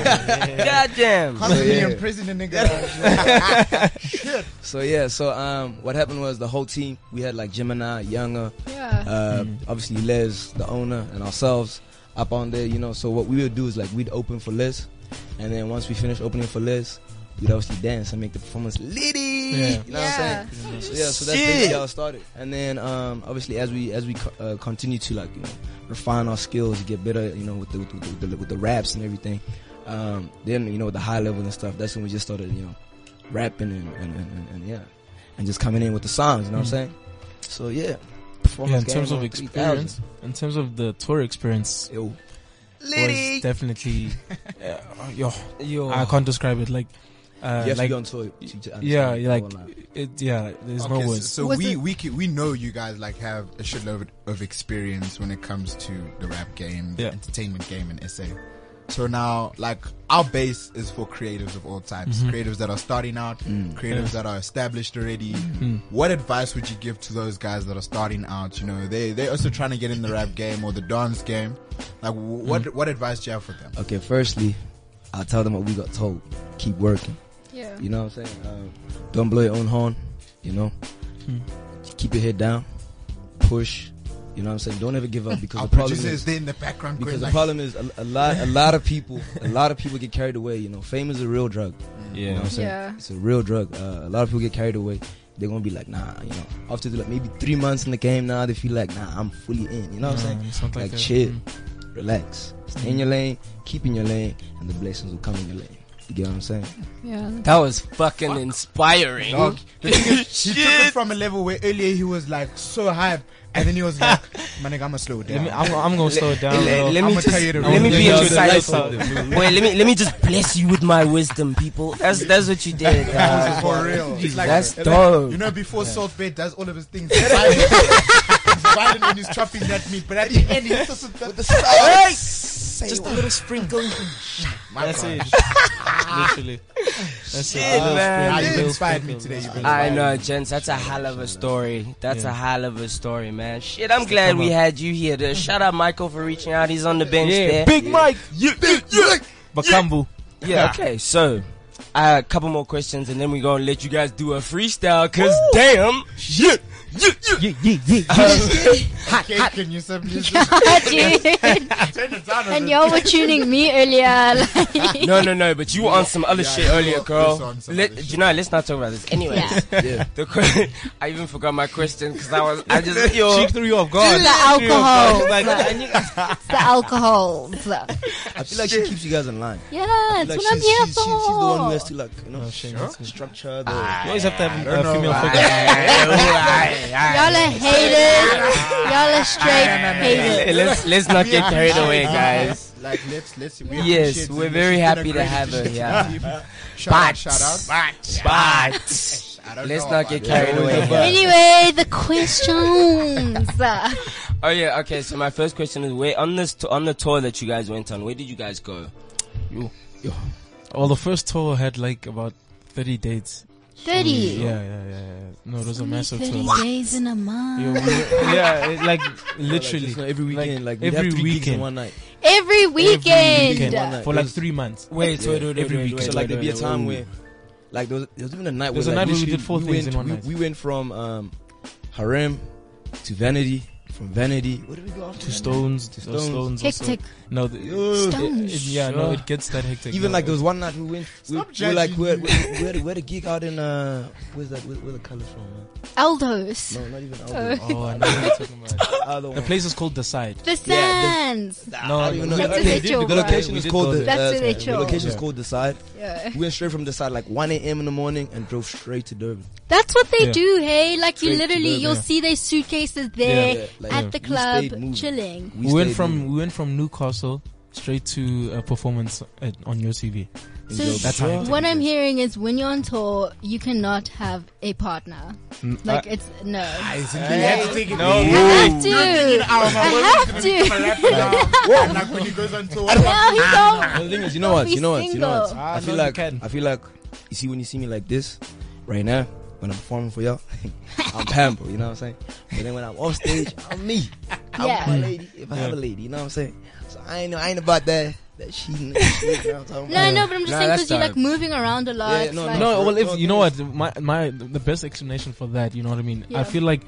[SPEAKER 3] Goddamn.
[SPEAKER 2] I'm gonna be
[SPEAKER 6] yeah.
[SPEAKER 2] in prison, and nigga.
[SPEAKER 6] So yeah, so um, what happened was the whole team. We had like Gemini, Younger,
[SPEAKER 4] Yeah.
[SPEAKER 6] uh, obviously Les, the owner, and ourselves up on there, you know. So what we would do is like we'd open for Les, and then once we finished opening for Les, we'd obviously dance and make the performance litty.
[SPEAKER 5] Yeah.
[SPEAKER 6] You know what I'm saying? So, yeah, so that's
[SPEAKER 3] Shit.
[SPEAKER 6] basically how it started. And then um, obviously as we as we co- uh, continue to like you know refine our skills, get better, you know, with the with the, with the, with the raps and everything. Um, then you know with the high level and stuff. That's when we just started, you know, rapping and and, and, and, and yeah, and just coming in with the songs. You know what I'm saying? So Mm. yeah.
[SPEAKER 5] Yeah,
[SPEAKER 6] Performance
[SPEAKER 5] in terms
[SPEAKER 6] game
[SPEAKER 5] of
[SPEAKER 6] on 3000.
[SPEAKER 5] experience, in terms of the tour experience,
[SPEAKER 6] Ew.
[SPEAKER 5] was definitely, uh, yo,
[SPEAKER 6] Oh.
[SPEAKER 3] Yo.
[SPEAKER 5] I can't describe it. Like, uh,
[SPEAKER 6] you have to
[SPEAKER 5] like,
[SPEAKER 6] be on tour. to- to understand
[SPEAKER 5] yeah,
[SPEAKER 6] the
[SPEAKER 5] like,
[SPEAKER 6] whole line.
[SPEAKER 5] it, yeah, there's
[SPEAKER 2] Okay,
[SPEAKER 5] no
[SPEAKER 2] so-
[SPEAKER 5] words.
[SPEAKER 2] So,
[SPEAKER 4] Was
[SPEAKER 2] we
[SPEAKER 4] it-
[SPEAKER 2] we c- we know you guys like have a shitload of experience when it comes to the rap game, the
[SPEAKER 5] Yeah.
[SPEAKER 2] entertainment game, and SA. So now, like our base is for creatives of all types,
[SPEAKER 5] Mm-hmm.
[SPEAKER 2] creatives that are starting out,
[SPEAKER 4] Mm.
[SPEAKER 2] creatives that are established already.
[SPEAKER 5] Mm-hmm.
[SPEAKER 2] What advice would you give to those guys that are starting out? You know, they they also trying to get in the rap game or the dance game. Like, wh- what
[SPEAKER 5] Mm.
[SPEAKER 2] what advice do you have for them?
[SPEAKER 6] Okay, firstly, I'll tell them what we got told. Keep working.
[SPEAKER 4] Yeah.
[SPEAKER 6] You know what I'm saying? Um, don't blow your own horn. You know, Hmm. keep your head down, push. You know what I'm saying? Don't ever give up because
[SPEAKER 2] Our
[SPEAKER 6] the problem
[SPEAKER 2] producer is
[SPEAKER 6] is
[SPEAKER 2] there in the background.
[SPEAKER 6] because
[SPEAKER 2] going
[SPEAKER 6] the
[SPEAKER 2] like,
[SPEAKER 6] problem is a, a lot a lot of people a lot of people get carried away. You know, fame is a real drug. You know what I'm saying?
[SPEAKER 4] Yeah.
[SPEAKER 6] It's a real drug. Uh, a lot of people get carried away. They're gonna be like, nah, you know. After like maybe three months in the game now, they feel like, nah, I'm fully in. You know what
[SPEAKER 5] Nah,
[SPEAKER 6] I'm
[SPEAKER 5] Mm-hmm.
[SPEAKER 6] saying?
[SPEAKER 5] it's not
[SPEAKER 6] Like,
[SPEAKER 5] that.
[SPEAKER 6] chill, relax, stay in your lane, keep in your lane, and the blessings will come in your lane. You get what I'm saying?
[SPEAKER 4] Yeah.
[SPEAKER 3] That was fucking inspiring.
[SPEAKER 2] Dog, the thing is, he took it from a level where earlier he was like so hyped, and then he was like, "My nigga, I'ma slow it
[SPEAKER 5] Let
[SPEAKER 2] down."
[SPEAKER 5] me, I'm, I'm gonna slow it down.
[SPEAKER 3] Let,
[SPEAKER 5] bro.
[SPEAKER 3] let
[SPEAKER 2] I'ma
[SPEAKER 3] me just
[SPEAKER 2] tell you the
[SPEAKER 3] let me
[SPEAKER 2] reason.
[SPEAKER 3] be
[SPEAKER 5] Yeah,
[SPEAKER 3] a
[SPEAKER 5] the lights
[SPEAKER 3] disciple. Wait, let me let me just bless you with my wisdom, people. That's that's what you did. uh, dog.
[SPEAKER 2] That was for real. It's like-
[SPEAKER 3] That's
[SPEAKER 2] it's like,
[SPEAKER 3] dope.
[SPEAKER 2] You know, before Salt Bay does all of his things, he's violent, he's violent when he's chopping that meat, but at the end, he just with the
[SPEAKER 3] Hey! Just a little sprinkle.
[SPEAKER 2] My
[SPEAKER 5] That's
[SPEAKER 2] God.
[SPEAKER 5] it. Literally. That's it.
[SPEAKER 3] Shit,
[SPEAKER 5] Little
[SPEAKER 3] man.
[SPEAKER 5] sprinkles,
[SPEAKER 2] Nah, you've
[SPEAKER 5] little
[SPEAKER 2] inspired me
[SPEAKER 5] sprinkles.
[SPEAKER 2] today. You've
[SPEAKER 3] I
[SPEAKER 2] inspired me.
[SPEAKER 3] know, gents. That's a hell of a story. That's
[SPEAKER 5] Yeah.
[SPEAKER 3] a hell of a story, man. Shit, I'm glad we had you here. There. Shout out Michael for reaching out. He's on the bench
[SPEAKER 5] Yeah,
[SPEAKER 3] there.
[SPEAKER 5] Big Mike. Bakambu.
[SPEAKER 3] Yeah. Okay. So, uh, a couple more questions, and then we gonna let you guys do a freestyle. Cause damn, shit. Yeah, yeah.
[SPEAKER 2] Okay, can you simply turn it down? a
[SPEAKER 4] and
[SPEAKER 2] bit?
[SPEAKER 4] y'all were tuning me earlier. Like,
[SPEAKER 3] No, no, no. But you on some other
[SPEAKER 2] Yeah,
[SPEAKER 3] shit
[SPEAKER 2] you
[SPEAKER 3] earlier,
[SPEAKER 2] on- you
[SPEAKER 3] girl.
[SPEAKER 2] on some other
[SPEAKER 3] Let,
[SPEAKER 2] shit.
[SPEAKER 3] you know, let's not talk about this. Anyway,
[SPEAKER 4] yeah.
[SPEAKER 3] the que- I even forgot my question because I was I just yo.
[SPEAKER 5] She threw you off guard.
[SPEAKER 4] The alcohol.
[SPEAKER 5] She's like,
[SPEAKER 4] It's the alcohol. So-
[SPEAKER 6] I feel like she keeps you guys in line.
[SPEAKER 4] Yeah, that's
[SPEAKER 6] Like
[SPEAKER 4] what
[SPEAKER 6] she's,
[SPEAKER 4] I'm here
[SPEAKER 6] she's,
[SPEAKER 4] for.
[SPEAKER 6] she's, she's the one who has to like you know
[SPEAKER 5] No, shame, that's it.
[SPEAKER 6] structure the.
[SPEAKER 5] you always have to have
[SPEAKER 2] don't
[SPEAKER 5] a
[SPEAKER 2] know
[SPEAKER 5] female
[SPEAKER 2] why.
[SPEAKER 5] figure.
[SPEAKER 4] Y'all are haters. Y'all are straight haters.
[SPEAKER 3] Let's let's not
[SPEAKER 2] We
[SPEAKER 3] get
[SPEAKER 2] are
[SPEAKER 3] carried
[SPEAKER 2] high,
[SPEAKER 3] away,
[SPEAKER 2] uh,
[SPEAKER 3] guys.
[SPEAKER 2] Like, let's let's. we
[SPEAKER 3] Yes,
[SPEAKER 2] appreciate
[SPEAKER 3] we're
[SPEAKER 2] Zulu.
[SPEAKER 3] very
[SPEAKER 2] She's done a
[SPEAKER 3] happy to
[SPEAKER 2] great
[SPEAKER 3] have her,
[SPEAKER 2] addition to
[SPEAKER 3] yeah.
[SPEAKER 2] the team. Shout
[SPEAKER 3] But
[SPEAKER 2] out, shout out.
[SPEAKER 3] but
[SPEAKER 2] I don't
[SPEAKER 3] let's
[SPEAKER 2] know
[SPEAKER 3] not
[SPEAKER 2] about
[SPEAKER 3] get
[SPEAKER 2] that.
[SPEAKER 3] carried away. here.
[SPEAKER 4] Anyway, the questions.
[SPEAKER 3] Oh yeah, okay. So my first question is, where on this t- on the tour that you guys went on, where did you guys go?
[SPEAKER 5] Well, the first tour had like about 30 dates.
[SPEAKER 4] 30.
[SPEAKER 5] Yeah, yeah, yeah. yeah. No, it was a massive
[SPEAKER 4] 30
[SPEAKER 5] tour.
[SPEAKER 4] days in a
[SPEAKER 5] Yeah,
[SPEAKER 4] month.
[SPEAKER 5] we- yeah, it- like literally
[SPEAKER 6] Like, it's not every weekend, like, we
[SPEAKER 5] every
[SPEAKER 6] have three gigs in
[SPEAKER 5] weekend.
[SPEAKER 6] one night.
[SPEAKER 4] Every weekend.
[SPEAKER 5] weekend.
[SPEAKER 6] One night.
[SPEAKER 5] for like three months.
[SPEAKER 3] Wait,
[SPEAKER 6] wait, wait,
[SPEAKER 5] wait, wait,
[SPEAKER 6] So like there'd be a time where, like there was, there was even a night.
[SPEAKER 5] There was
[SPEAKER 6] where,
[SPEAKER 5] a
[SPEAKER 6] like,
[SPEAKER 5] night where we
[SPEAKER 6] literally
[SPEAKER 5] did four things
[SPEAKER 6] went,
[SPEAKER 5] in one
[SPEAKER 6] we,
[SPEAKER 5] night.
[SPEAKER 6] We went from um, harem to vanity, from vanity. What did we go after?
[SPEAKER 5] Two stones, two
[SPEAKER 6] Stones.
[SPEAKER 5] stones, stones also.
[SPEAKER 4] Hectic.
[SPEAKER 5] No, the,
[SPEAKER 6] Yo.
[SPEAKER 5] It,
[SPEAKER 4] Stones.
[SPEAKER 5] it- yeah, no,
[SPEAKER 6] Sure.
[SPEAKER 5] it gets that hectic.
[SPEAKER 6] Even
[SPEAKER 5] no,
[SPEAKER 6] like there was one night we went. We,
[SPEAKER 2] Stop
[SPEAKER 6] we were like
[SPEAKER 2] judging
[SPEAKER 6] we had,
[SPEAKER 2] me.
[SPEAKER 6] we, we, had, we had a gig out in uh, where's that? Where, where the colors from? Man?
[SPEAKER 4] Aldos.
[SPEAKER 6] No, not even
[SPEAKER 4] Uh,
[SPEAKER 6] Aldo.
[SPEAKER 5] Oh, I know what you're talking about.
[SPEAKER 6] Other
[SPEAKER 5] The
[SPEAKER 6] one.
[SPEAKER 5] place is called the side.
[SPEAKER 4] The Sands.
[SPEAKER 5] No,
[SPEAKER 6] I don't even know.
[SPEAKER 4] That's
[SPEAKER 6] the
[SPEAKER 4] a
[SPEAKER 6] place.
[SPEAKER 4] joke,
[SPEAKER 6] The
[SPEAKER 4] bro.
[SPEAKER 6] location
[SPEAKER 5] We
[SPEAKER 6] is
[SPEAKER 5] did
[SPEAKER 6] called
[SPEAKER 5] go
[SPEAKER 6] the.
[SPEAKER 5] there.
[SPEAKER 4] That's
[SPEAKER 6] uh,
[SPEAKER 4] a
[SPEAKER 6] The
[SPEAKER 4] joke.
[SPEAKER 6] location is
[SPEAKER 5] Yeah.
[SPEAKER 6] called the side.
[SPEAKER 4] Yeah.
[SPEAKER 6] We went straight from the side, like 1 a.m. in the morning, and drove straight to Durban.
[SPEAKER 4] That's what they
[SPEAKER 5] Yeah.
[SPEAKER 4] do, hey? Like, you
[SPEAKER 6] Straight to
[SPEAKER 4] literally,
[SPEAKER 6] them,
[SPEAKER 4] you'll
[SPEAKER 5] yeah.
[SPEAKER 4] see their suitcases there
[SPEAKER 6] Yeah, yeah, like,
[SPEAKER 4] at
[SPEAKER 5] yeah.
[SPEAKER 4] the
[SPEAKER 6] We stayed
[SPEAKER 4] club
[SPEAKER 6] moving.
[SPEAKER 4] chilling.
[SPEAKER 5] We, went
[SPEAKER 6] stayed
[SPEAKER 5] from
[SPEAKER 6] moving.
[SPEAKER 5] we went from Newcastle straight to a performance at, on your TV.
[SPEAKER 4] So,
[SPEAKER 6] Durban.
[SPEAKER 5] That's how
[SPEAKER 4] what I'm hearing is when you're on tour, you cannot have a partner. Like, it's no. I have to. I have to.
[SPEAKER 2] And like when he goes on tour,
[SPEAKER 4] now he's all.
[SPEAKER 6] The thing is, you know what? You know what? You know what?
[SPEAKER 4] single.
[SPEAKER 5] Ah,
[SPEAKER 6] I feel
[SPEAKER 5] no, you
[SPEAKER 6] like
[SPEAKER 5] can.
[SPEAKER 6] I feel like you see when you see me like this right now when I'm performing for y'all, I'm Pambo. You know what I'm saying? But then when I'm off stage, I'm me. I'm
[SPEAKER 4] Yeah.
[SPEAKER 6] my lady. If I have a lady, you know what I'm saying? So I ain't I ain't about that. That she. You know what I'm talking
[SPEAKER 4] No,
[SPEAKER 6] about?
[SPEAKER 4] no, but I'm just
[SPEAKER 3] Nah,
[SPEAKER 4] saying
[SPEAKER 3] that's
[SPEAKER 4] because you're like
[SPEAKER 3] dope.
[SPEAKER 4] moving around a lot.
[SPEAKER 6] Yeah, no,
[SPEAKER 4] like,
[SPEAKER 5] No, well,
[SPEAKER 6] no,
[SPEAKER 5] if you know what my my the best explanation for that, you know what I mean.
[SPEAKER 4] Yeah.
[SPEAKER 5] I feel like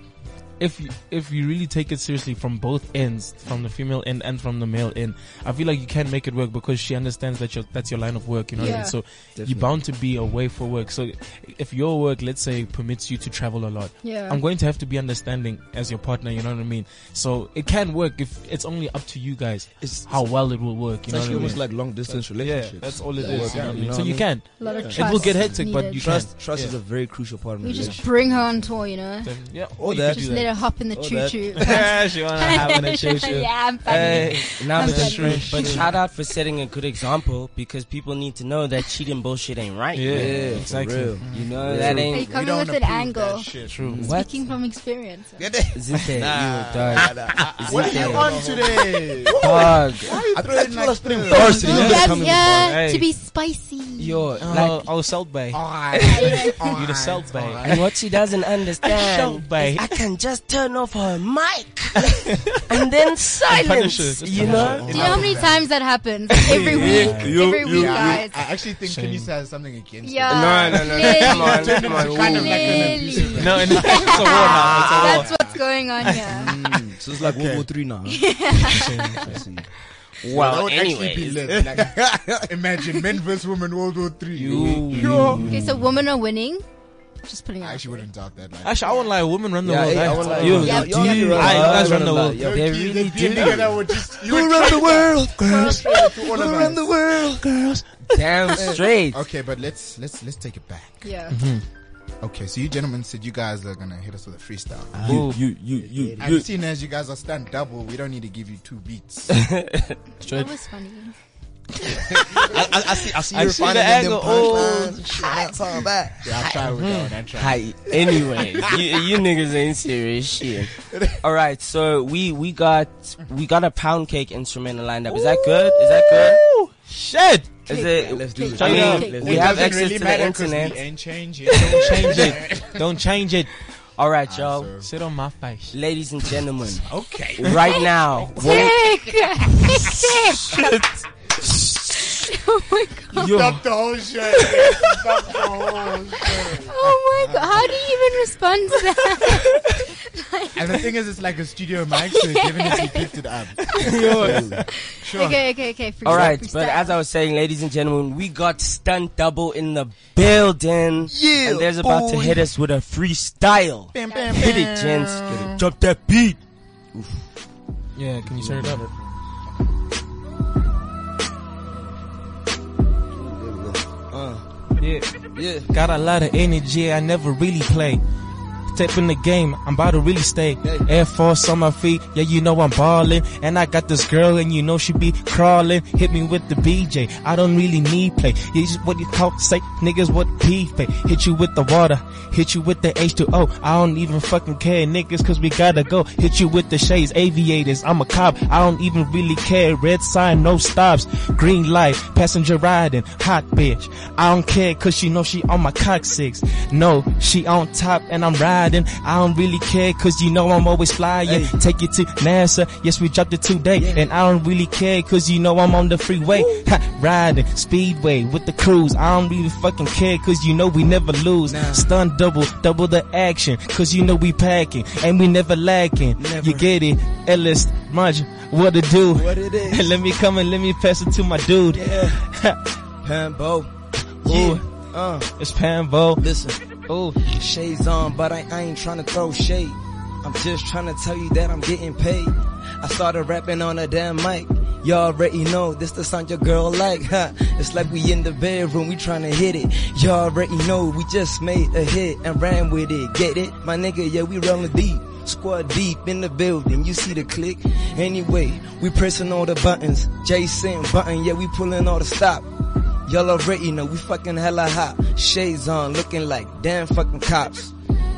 [SPEAKER 5] if you, if you really take it seriously from both ends, from the female end and from the male end, I feel like you can make it work because she understands that your that's your line of work. You know what I
[SPEAKER 4] Yeah.
[SPEAKER 5] mean. So
[SPEAKER 6] Definitely.
[SPEAKER 5] you're bound to be away for work. So if your work, let's say, permits you to travel a lot,
[SPEAKER 4] Yeah.
[SPEAKER 5] I'm going to have to be understanding as your partner. You know what I mean. So it can work if it's only up to you guys
[SPEAKER 6] It's-
[SPEAKER 5] how well it will work. You
[SPEAKER 6] It's
[SPEAKER 5] know what I
[SPEAKER 6] actually
[SPEAKER 5] mean.
[SPEAKER 6] almost like long distance
[SPEAKER 5] yeah,
[SPEAKER 6] relationships.
[SPEAKER 5] that's all it
[SPEAKER 6] That
[SPEAKER 5] is.
[SPEAKER 6] work
[SPEAKER 5] You know what
[SPEAKER 6] out,
[SPEAKER 5] I
[SPEAKER 6] you
[SPEAKER 5] mean?
[SPEAKER 6] know
[SPEAKER 5] so
[SPEAKER 6] what I
[SPEAKER 5] you
[SPEAKER 6] mean?
[SPEAKER 5] can.
[SPEAKER 4] a lot of
[SPEAKER 5] It
[SPEAKER 4] trust
[SPEAKER 5] will get hectic, but
[SPEAKER 4] needed.
[SPEAKER 5] you
[SPEAKER 6] Trust,
[SPEAKER 5] can.
[SPEAKER 6] trust
[SPEAKER 5] Yeah.
[SPEAKER 6] is a very crucial part of a
[SPEAKER 4] We
[SPEAKER 6] relationship.
[SPEAKER 4] just bring her on tour, you know.
[SPEAKER 5] Definitely. Yeah,
[SPEAKER 6] Or
[SPEAKER 5] you
[SPEAKER 6] that.
[SPEAKER 5] could
[SPEAKER 4] Just
[SPEAKER 5] do
[SPEAKER 4] let her hop in the
[SPEAKER 6] Or
[SPEAKER 4] choo
[SPEAKER 6] that.
[SPEAKER 4] choo.
[SPEAKER 5] yeah, she wanna have an issue.
[SPEAKER 4] yeah, I'm funny.
[SPEAKER 3] Now,
[SPEAKER 4] I'm
[SPEAKER 3] but,
[SPEAKER 4] sorry.
[SPEAKER 3] but shout out for setting a good example because people need to know that cheating bullshit ain't right.
[SPEAKER 5] Yeah,
[SPEAKER 6] Yeah, for
[SPEAKER 5] exactly.
[SPEAKER 6] real.
[SPEAKER 3] You know that
[SPEAKER 4] Are you
[SPEAKER 3] ain't
[SPEAKER 2] we
[SPEAKER 4] coming
[SPEAKER 2] don't
[SPEAKER 4] with an
[SPEAKER 2] approve
[SPEAKER 4] angle?
[SPEAKER 2] that shit.
[SPEAKER 5] True.
[SPEAKER 3] what.
[SPEAKER 4] Speaking from experience.
[SPEAKER 3] Zinte, you
[SPEAKER 6] Nah,
[SPEAKER 5] Ah,
[SPEAKER 3] dog.
[SPEAKER 6] nah, I- I-
[SPEAKER 2] What are you on today? Why
[SPEAKER 3] Dog.
[SPEAKER 2] you throwing like this?
[SPEAKER 6] Varsity,
[SPEAKER 4] No,
[SPEAKER 6] you gotta
[SPEAKER 4] that's
[SPEAKER 6] come in
[SPEAKER 4] yeah,
[SPEAKER 5] Hey.
[SPEAKER 4] to be spicy.
[SPEAKER 3] Yo,
[SPEAKER 5] I'll,
[SPEAKER 3] like,
[SPEAKER 5] I'll sell Oh, bay.
[SPEAKER 2] Oh Alright,
[SPEAKER 5] You the sell
[SPEAKER 2] alright,
[SPEAKER 5] bay.
[SPEAKER 3] and what she doesn't understand
[SPEAKER 5] Shout, babe.
[SPEAKER 3] is I can just turn off her mic and then silence.
[SPEAKER 5] her, just
[SPEAKER 3] you
[SPEAKER 5] punish
[SPEAKER 3] know?
[SPEAKER 4] Do you know how many times that happens? Every week. Every week,
[SPEAKER 2] Yeah, I,
[SPEAKER 4] guys.
[SPEAKER 2] I actually think
[SPEAKER 5] Shame.
[SPEAKER 2] Kenisa has something against it.
[SPEAKER 4] Yeah.
[SPEAKER 3] No, no, no,
[SPEAKER 4] clearly,
[SPEAKER 3] come on, come on.
[SPEAKER 2] Kind of like an
[SPEAKER 4] clearly.
[SPEAKER 2] abusive
[SPEAKER 5] No, and it's a war now.
[SPEAKER 4] That's what's going on here.
[SPEAKER 6] Mm, so it's like World War Three now.
[SPEAKER 5] It's a war.
[SPEAKER 6] I see.
[SPEAKER 2] That
[SPEAKER 3] Well,
[SPEAKER 2] would
[SPEAKER 3] anyway.
[SPEAKER 2] actually be lit. Like, imagine men versus women World War Three. Yo.
[SPEAKER 4] Okay, so women are winning. Just putting it
[SPEAKER 2] I
[SPEAKER 4] out.
[SPEAKER 2] actually wouldn't doubt that. Like,
[SPEAKER 5] Actually, I won't lie. Women run the
[SPEAKER 6] Yeah,
[SPEAKER 5] world.
[SPEAKER 6] hey,
[SPEAKER 5] eh?
[SPEAKER 6] I won't lie.
[SPEAKER 5] You-
[SPEAKER 4] Yeah,
[SPEAKER 5] you-
[SPEAKER 4] y'all run the
[SPEAKER 5] you- I- you
[SPEAKER 6] world.
[SPEAKER 5] guys run the
[SPEAKER 6] Y'all run
[SPEAKER 5] world.
[SPEAKER 6] the
[SPEAKER 5] Yeah.
[SPEAKER 3] they
[SPEAKER 2] low-key, there'd
[SPEAKER 3] really
[SPEAKER 2] be a
[SPEAKER 3] do.
[SPEAKER 2] nigga that would just you
[SPEAKER 6] Who
[SPEAKER 2] would
[SPEAKER 6] run
[SPEAKER 2] try
[SPEAKER 6] the world, girls?
[SPEAKER 2] to do all
[SPEAKER 6] Who
[SPEAKER 2] of
[SPEAKER 6] run
[SPEAKER 2] us.
[SPEAKER 6] the world, girls?
[SPEAKER 3] Damn straight.
[SPEAKER 2] Okay, but let's let's let's take it back.
[SPEAKER 4] Yeah.
[SPEAKER 2] Okay, so you gentlemen said you guys are gonna hit us with a freestyle.
[SPEAKER 5] Uh,
[SPEAKER 3] Ooh.
[SPEAKER 7] You, you, you,
[SPEAKER 2] and
[SPEAKER 7] you.
[SPEAKER 2] seeing as you guys are stunt double, we don't need to give you two beats.
[SPEAKER 4] That was funny.
[SPEAKER 6] I, I, I see, I see
[SPEAKER 3] I
[SPEAKER 6] you
[SPEAKER 3] see the
[SPEAKER 6] refining them
[SPEAKER 3] angle. Oh,
[SPEAKER 6] them punchlines and shit. That's all bad.
[SPEAKER 2] yeah, I'll try with that one. I'll try.
[SPEAKER 3] Hi. Anyway, you, you niggas ain't serious shit. All right, so we we got we got a pound cake instrumental lined up. Is that good? Is that good?
[SPEAKER 5] Ooh, shit.
[SPEAKER 3] Is it?
[SPEAKER 6] Let's do it.
[SPEAKER 3] I mean,
[SPEAKER 4] Cake.
[SPEAKER 3] we
[SPEAKER 4] It
[SPEAKER 3] have
[SPEAKER 2] doesn't
[SPEAKER 3] access
[SPEAKER 2] really
[SPEAKER 3] to the
[SPEAKER 2] matter 'cause
[SPEAKER 3] internet.
[SPEAKER 5] Ain't changing. Don't change it. Don't change it.
[SPEAKER 3] All right, y'all.
[SPEAKER 2] sir.
[SPEAKER 5] Sit on my face.
[SPEAKER 3] Ladies and gentlemen. okay. Right now. what-
[SPEAKER 4] Dick! Dick! Oh my god.
[SPEAKER 5] Yo,
[SPEAKER 4] Oh my god. How do you even respond to that?
[SPEAKER 2] And the thing is, it's like a studio mic, so it definitely picked it up.
[SPEAKER 4] Okay, okay, okay. Freestyle,
[SPEAKER 3] All right,
[SPEAKER 4] freestyle.
[SPEAKER 3] but as I was saying, ladies and gentlemen, we got stunt double in the building.
[SPEAKER 6] Yeah,
[SPEAKER 3] And there's about to
[SPEAKER 6] boy.
[SPEAKER 3] hit us with a freestyle.
[SPEAKER 2] Bam, bam,
[SPEAKER 3] Hit it, gents. Drop that beat.
[SPEAKER 5] yeah. Can you turn it up? Yeah.
[SPEAKER 6] Yeah.
[SPEAKER 5] Got a lot of energy, I never really play. Step in the game, I'm about to really stay. Air Force on my feet, yeah, you know I'm ballin'. And I got this girl, and you know she be crawling. Hit me with the BJ, I don't really need play. You just what you talk, say, niggas what P fake. Hit you with the water, hit you with the H2O. I don't even fucking care, niggas, cause we gotta go. Hit you with the shades, aviators, I'm a cop, I don't even really care. Red sign, no stops, green light, passenger riding, hot bitch. I don't care cause she know she on my cock six. No, she on top and I'm riding. I don't really care cause you know I'm always flying. Take it to NASA. Yes, we dropped it today. And I don't really care cause you know I'm on the freeway. Ha, riding, speedway with the crews. I don't really fucking care cause you know we never lose. Stun double, double the action cause you know we packing and we never lacking. You get it? Ellis, Munch, what to do?
[SPEAKER 6] What it is.
[SPEAKER 5] let me come and let me pass it to my dude.
[SPEAKER 6] Pambo.
[SPEAKER 5] Ooh.
[SPEAKER 6] Yeah. Uh,
[SPEAKER 5] It's Pambo.
[SPEAKER 6] listen.
[SPEAKER 5] Ooh.
[SPEAKER 6] Shades on, but I, I ain't tryna throw shade. I'm just tryna tell you that I'm getting paid. I started rapping on a damn mic. Y'all already know this the sound your girl like, huh? It's like we in the bedroom, we tryna hit it. Y'all already know we just made a hit and ran with it. Get it? My nigga, yeah, we rolling deep. Squad deep in the building, you see the click. Anyway, we pressing all the buttons. Jason button, yeah, we pulling all the stop. Y'all already know we fucking hella hot. Shades on, looking like damn fucking cops.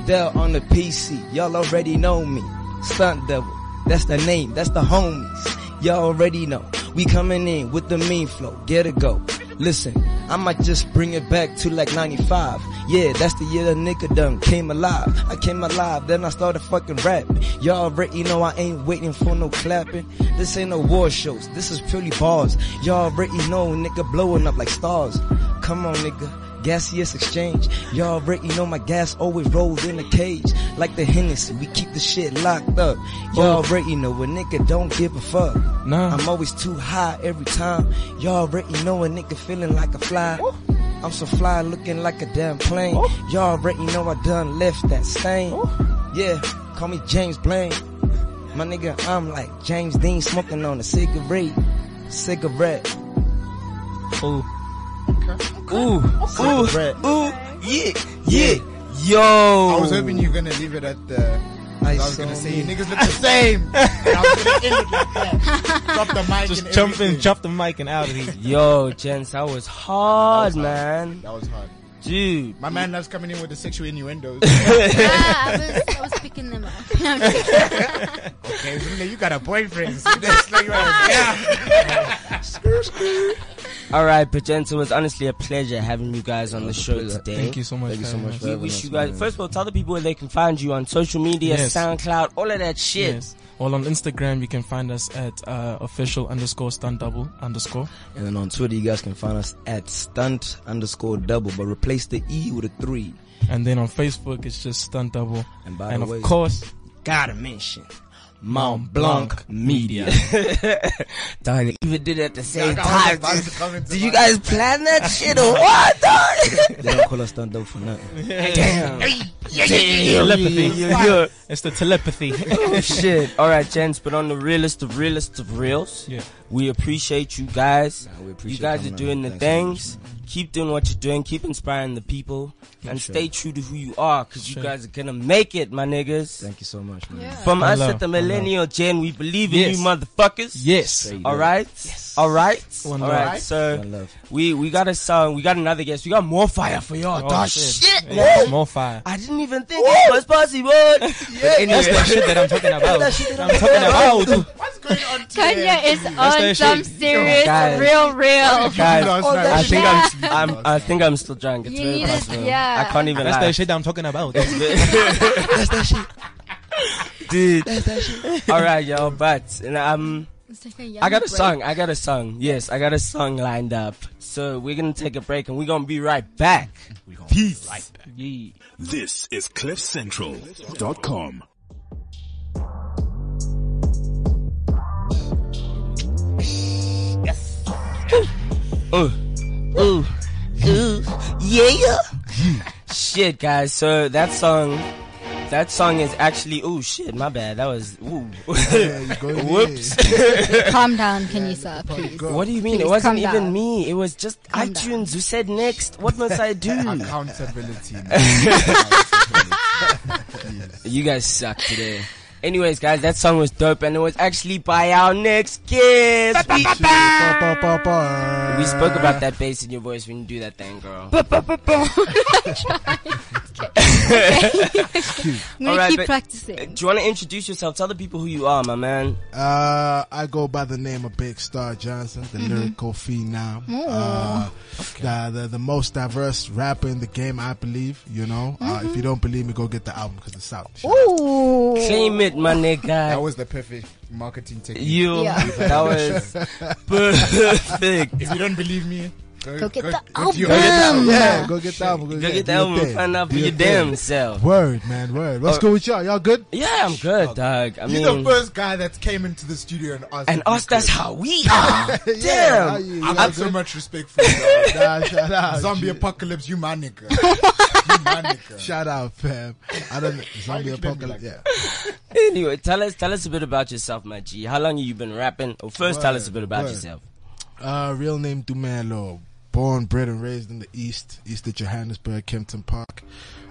[SPEAKER 6] Dell on the PC, y'all already know me. Stunt Devil, that's the name, that's the homies. Y'all already know we coming in with the mean flow. Get it go. Listen, I might just bring it back to like 95. Yeah, that's the year the nigga done came alive. I came alive, then I started fucking rapping. Y'all already know I ain't waiting for no clapping. This ain't no war shows, this is purely bars. Y'all already know nigga blowing up like stars. Come on nigga. Gaseous exchange. Y'all already know my gas always rolled in a cage. Like the Hennessy, we keep the shit locked up. Y'all already know a nigga don't give a fuck.
[SPEAKER 5] Nah.
[SPEAKER 6] I'm always too high every time. Y'all already know a nigga feeling like a fly. I'm so fly looking like a damn plane. Y'all already know I done left that stain. Yeah, call me James Blaine. My nigga, I'm like James Dean smoking on a cigarette. Cigarette.
[SPEAKER 5] Ooh.
[SPEAKER 3] Ooh, ooh,
[SPEAKER 6] Cigarette.
[SPEAKER 3] ooh, yeah, yeah. Yo.
[SPEAKER 2] I was hoping you were gonna leave it at the. I was gonna
[SPEAKER 6] saw
[SPEAKER 2] say
[SPEAKER 6] me.
[SPEAKER 2] you niggas look the same. And I was gonna end it like that. Drop the mic.
[SPEAKER 5] Just
[SPEAKER 2] and
[SPEAKER 5] jump in,
[SPEAKER 2] everything.
[SPEAKER 5] drop the mic and out of here.
[SPEAKER 3] Yo, gents, that was hard,
[SPEAKER 2] That was
[SPEAKER 3] man.
[SPEAKER 2] That was hard.
[SPEAKER 3] Dude.
[SPEAKER 2] My man loves coming in with the sexual innuendos.
[SPEAKER 4] Ah, I was, I was picking them up. I'm kidding.
[SPEAKER 2] okay, Zimile, you got a boyfriend. So that's like, yeah.
[SPEAKER 3] All right, but gents, it was honestly a pleasure having you guys on the show today.
[SPEAKER 5] Thank you so much. Thank you so much.
[SPEAKER 3] We wish you guys, first of all, tell the people where they can find you on social media,
[SPEAKER 5] Yes.
[SPEAKER 3] SoundCloud, all of that shit.
[SPEAKER 5] Yes. Well, on Instagram, you can find us at uh, official underscore stunt double underscore.
[SPEAKER 6] And then on Twitter, you guys can find us at stunt underscore double, but replace the E with a three.
[SPEAKER 5] And then on Facebook, it's just stunt double.
[SPEAKER 6] And by
[SPEAKER 5] and
[SPEAKER 6] the
[SPEAKER 5] of
[SPEAKER 6] way-
[SPEAKER 5] course,
[SPEAKER 6] Gotta mention Mont Blanc Media.
[SPEAKER 3] Darn it, even did it at the same
[SPEAKER 2] I was
[SPEAKER 3] time.
[SPEAKER 2] about
[SPEAKER 3] dude.
[SPEAKER 2] to come into
[SPEAKER 3] Did you
[SPEAKER 2] my-
[SPEAKER 3] guys plan that shit or what, dog?
[SPEAKER 6] they don't call us stunt double for nothing.
[SPEAKER 3] Damn. Yeah, yeah, yeah.
[SPEAKER 5] Telepathy.
[SPEAKER 3] yeah, yeah.
[SPEAKER 5] It's the telepathy.
[SPEAKER 3] Oh, shit. All right, gents, but on the realest of realest of reals,
[SPEAKER 5] Yeah.
[SPEAKER 3] we appreciate you guys.
[SPEAKER 6] Nah, we
[SPEAKER 3] you
[SPEAKER 6] appreciate
[SPEAKER 3] guys are
[SPEAKER 6] coming on.
[SPEAKER 3] doing the
[SPEAKER 6] Thanks
[SPEAKER 3] things.
[SPEAKER 6] so
[SPEAKER 3] Keep doing what you're doing. Keep inspiring the people. And stay true to who you are because you
[SPEAKER 5] Sure.
[SPEAKER 3] guys are going to make it, my niggas.
[SPEAKER 6] Thank you so much, man.
[SPEAKER 4] Yeah.
[SPEAKER 3] From us
[SPEAKER 5] Hello,
[SPEAKER 3] at the
[SPEAKER 5] hello.
[SPEAKER 3] Millennial Gen, we believe in
[SPEAKER 5] Yes.
[SPEAKER 3] you motherfuckers.
[SPEAKER 5] yes.
[SPEAKER 3] All right. All right.
[SPEAKER 5] One
[SPEAKER 3] All
[SPEAKER 5] love.
[SPEAKER 3] right. So
[SPEAKER 6] One love.
[SPEAKER 3] we we got a song. We got another guest. We got more fire for y'all.
[SPEAKER 2] Oh,
[SPEAKER 3] dog. shit,
[SPEAKER 5] Yeah,
[SPEAKER 3] man.
[SPEAKER 5] Oh, more fire.
[SPEAKER 3] I didn't even think it was possible. But
[SPEAKER 5] That's
[SPEAKER 3] anyway.
[SPEAKER 5] the shit that I'm talking about.
[SPEAKER 3] That's the shit that
[SPEAKER 5] I'm talking about.
[SPEAKER 2] What's going on
[SPEAKER 4] Kanye is on
[SPEAKER 5] that
[SPEAKER 4] some
[SPEAKER 5] shit.
[SPEAKER 4] serious,
[SPEAKER 3] Guys.
[SPEAKER 4] real, real.
[SPEAKER 3] Guys,
[SPEAKER 2] Last night.
[SPEAKER 3] I think I'm, I'm I think I'm still drunk. It's
[SPEAKER 4] You
[SPEAKER 3] very
[SPEAKER 4] needed-
[SPEAKER 3] possible.
[SPEAKER 4] yeah.
[SPEAKER 3] I can't even
[SPEAKER 5] That's
[SPEAKER 3] lie.
[SPEAKER 5] the shit that I'm talking about.
[SPEAKER 6] That's that shit.
[SPEAKER 3] Dude. All right, y'all. But and, um,
[SPEAKER 4] It's like young
[SPEAKER 3] I got a
[SPEAKER 4] break.
[SPEAKER 3] song. I got a song. Yes, I got a song lined up. So we're gonna take a break and we're gonna be right back. Peace. Yeah.
[SPEAKER 1] This is CliffCentral.com.
[SPEAKER 3] Ooh. Ooh. Ooh. Yeah. shit, guys. So that song, that song is actually. Ooh, shit. My bad. That was. Ooh. Whoops.
[SPEAKER 4] Calm down, Kenisa, please.
[SPEAKER 3] What do you mean?
[SPEAKER 4] Please
[SPEAKER 3] it wasn't
[SPEAKER 4] calm
[SPEAKER 3] even
[SPEAKER 4] down.
[SPEAKER 3] me. It was just
[SPEAKER 4] Calm down.
[SPEAKER 3] iTunes who said next. What must I do?
[SPEAKER 2] Accountability.
[SPEAKER 3] you guys suck today. Anyways, guys, that song was dope, and it was actually by our next kids. We, we spoke about that bass in your voice when you do that thing, girl.
[SPEAKER 4] I'm gonna
[SPEAKER 3] Alright,
[SPEAKER 4] keep
[SPEAKER 3] but- Do
[SPEAKER 4] practicing.
[SPEAKER 3] you want to introduce yourself? Tell the people who you are, my man.
[SPEAKER 7] Uh, I go by the name of Big Star Johnson, the
[SPEAKER 2] Mm-hmm.
[SPEAKER 7] lyrical phenom,
[SPEAKER 2] Oh,
[SPEAKER 7] uh, the, the the most diverse rapper in the game, I believe. You know, uh,
[SPEAKER 2] Mm-hmm.
[SPEAKER 7] if you don't believe me, go get the album because it's out.
[SPEAKER 4] Ooh.
[SPEAKER 3] Claim it, my nigga.
[SPEAKER 2] that was the perfect marketing technique.
[SPEAKER 3] You.
[SPEAKER 4] Yeah.
[SPEAKER 3] That was perfect.
[SPEAKER 2] if you don't believe me,
[SPEAKER 4] Go get the
[SPEAKER 2] to your-
[SPEAKER 4] album.
[SPEAKER 7] Yeah, go get the album.
[SPEAKER 3] Mm-hmm. Go
[SPEAKER 7] yeah,
[SPEAKER 3] get the
[SPEAKER 7] do your
[SPEAKER 3] album and
[SPEAKER 7] thing,
[SPEAKER 3] find out for
[SPEAKER 7] do
[SPEAKER 3] your
[SPEAKER 7] thing.
[SPEAKER 3] damn self.
[SPEAKER 7] Word, man, word. What's
[SPEAKER 3] Oh.
[SPEAKER 7] good with y'all? Y'all good?
[SPEAKER 3] Yeah, I'm good, dog. I
[SPEAKER 2] You're the
[SPEAKER 3] mean,
[SPEAKER 2] first guy that came into the studio and asked.
[SPEAKER 3] and
[SPEAKER 2] if you
[SPEAKER 3] us, that's
[SPEAKER 2] could.
[SPEAKER 3] how we are.
[SPEAKER 7] Yeah,
[SPEAKER 3] Damn.
[SPEAKER 7] you-
[SPEAKER 2] I've
[SPEAKER 7] y'all
[SPEAKER 2] got so much respect for you.
[SPEAKER 7] good? Nah, shout out.
[SPEAKER 2] Zombie
[SPEAKER 7] Shit.
[SPEAKER 2] apocalypse, you my nigga. you my nigga.
[SPEAKER 7] Shout out, fam. I don't zombie
[SPEAKER 2] you claim me
[SPEAKER 7] apocalypse.
[SPEAKER 2] like
[SPEAKER 7] Yeah.
[SPEAKER 3] Anyway, tell us, tell us a bit about yourself, my G. How long have you been rapping? Oh, first, tell us a bit about
[SPEAKER 7] word.
[SPEAKER 3] yourself.
[SPEAKER 7] Uh, real name Dumelo. Born, bred, and raised in the East, East of Johannesburg, Kempton Park.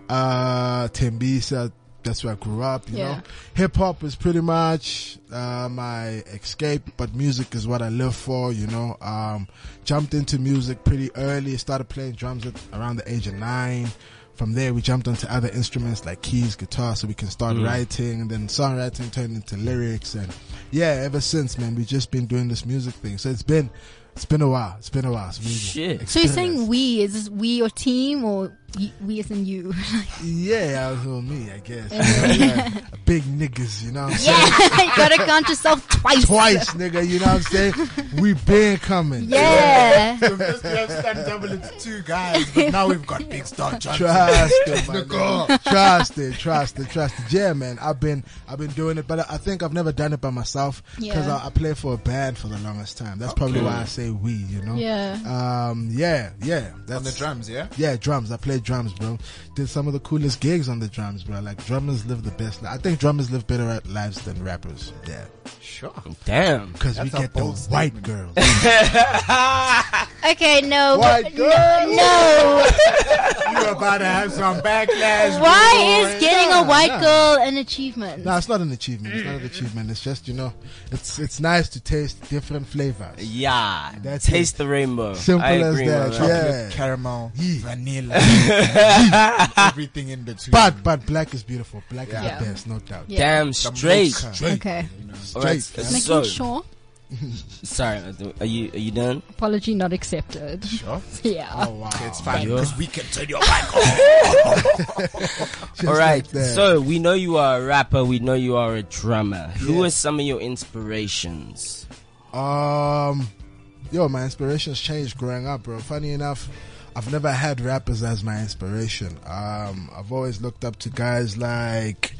[SPEAKER 7] Uh, Tembisa, that's where I grew up, you
[SPEAKER 4] Yeah.
[SPEAKER 7] know. Hip hop is pretty much, uh, my escape, but music is what I live for, you know. Um, jumped into music pretty early, started playing drums at around the age of nine. From there, we jumped onto other instruments like keys, guitar, so we can start writing, and then songwriting turned into lyrics, and yeah, ever since, man, we've just been doing this music thing. So it's been, it's been a while. It's been a while. It's been
[SPEAKER 3] Shit.
[SPEAKER 4] So you're saying we? Is this we your team or we, we as in you?
[SPEAKER 7] Yeah, I was on me, I guess. You know, yeah. Big niggas, you know what I'm saying?
[SPEAKER 4] yeah, you gotta count yourself twice.
[SPEAKER 7] Twice, nigga, you know what I'm saying? We been coming.
[SPEAKER 4] Yeah.
[SPEAKER 2] So first we have stand double into two guys, but now we've got Big Star Johnson.
[SPEAKER 7] Trust it, my
[SPEAKER 2] Nigga.
[SPEAKER 7] nigga. Trust it, trust it, trust it. Yeah, man, I've been, I've been doing it, but I- I think I've never done it by myself because
[SPEAKER 4] Yeah.
[SPEAKER 7] I, I played for a band for the longest time. That's probably why I say we, you know.
[SPEAKER 4] Yeah.
[SPEAKER 7] Um. Yeah. Yeah. That's
[SPEAKER 2] On the drums, yeah?
[SPEAKER 7] Yeah, drums. I played drums, bro. Did some of the coolest gigs on the drums, bro. Like drummers live the best. Li- I think drummers live better at lives than rappers. Yeah,
[SPEAKER 2] Sure.
[SPEAKER 3] Damn.
[SPEAKER 7] because we
[SPEAKER 2] That's a
[SPEAKER 7] get the
[SPEAKER 2] bold
[SPEAKER 7] white girls.
[SPEAKER 4] Okay, no.
[SPEAKER 7] White
[SPEAKER 4] no, no.
[SPEAKER 2] You're about to have some backlash.
[SPEAKER 4] Why is getting a
[SPEAKER 7] Nah,
[SPEAKER 4] white
[SPEAKER 7] nah.
[SPEAKER 4] girl an achievement?
[SPEAKER 7] no, it's not an achievement. It's not an achievement. It's just you know, it's it's nice to taste different flavors.
[SPEAKER 3] Yeah.
[SPEAKER 7] That's
[SPEAKER 3] Taste the rainbow.
[SPEAKER 7] Simple
[SPEAKER 3] I
[SPEAKER 7] as
[SPEAKER 3] agree,
[SPEAKER 7] that,
[SPEAKER 3] my man.
[SPEAKER 7] yeah.
[SPEAKER 2] Chocolate, caramel, vanilla, everything in between.
[SPEAKER 7] But but black is beautiful. Black
[SPEAKER 4] Yeah.
[SPEAKER 7] is the best, no doubt.
[SPEAKER 4] Yeah.
[SPEAKER 3] Damn straight.
[SPEAKER 7] mocha.
[SPEAKER 4] Okay.
[SPEAKER 3] All right,
[SPEAKER 7] Straight.
[SPEAKER 4] Making
[SPEAKER 3] so,
[SPEAKER 4] sure.
[SPEAKER 3] sorry, are you are you done?
[SPEAKER 4] Apology not accepted. Sure. Yeah.
[SPEAKER 7] Oh wow.
[SPEAKER 2] it's fine because we can turn your mic off.
[SPEAKER 7] Just
[SPEAKER 3] All right.
[SPEAKER 7] like that.
[SPEAKER 3] so we know you are a rapper. We know you are a drummer. Who
[SPEAKER 7] Yeah.
[SPEAKER 3] are some of your inspirations?
[SPEAKER 7] Um, yo, my inspirations changed growing up, bro. Funny enough, I've never had rappers as my inspiration. Um, I've always looked up to guys like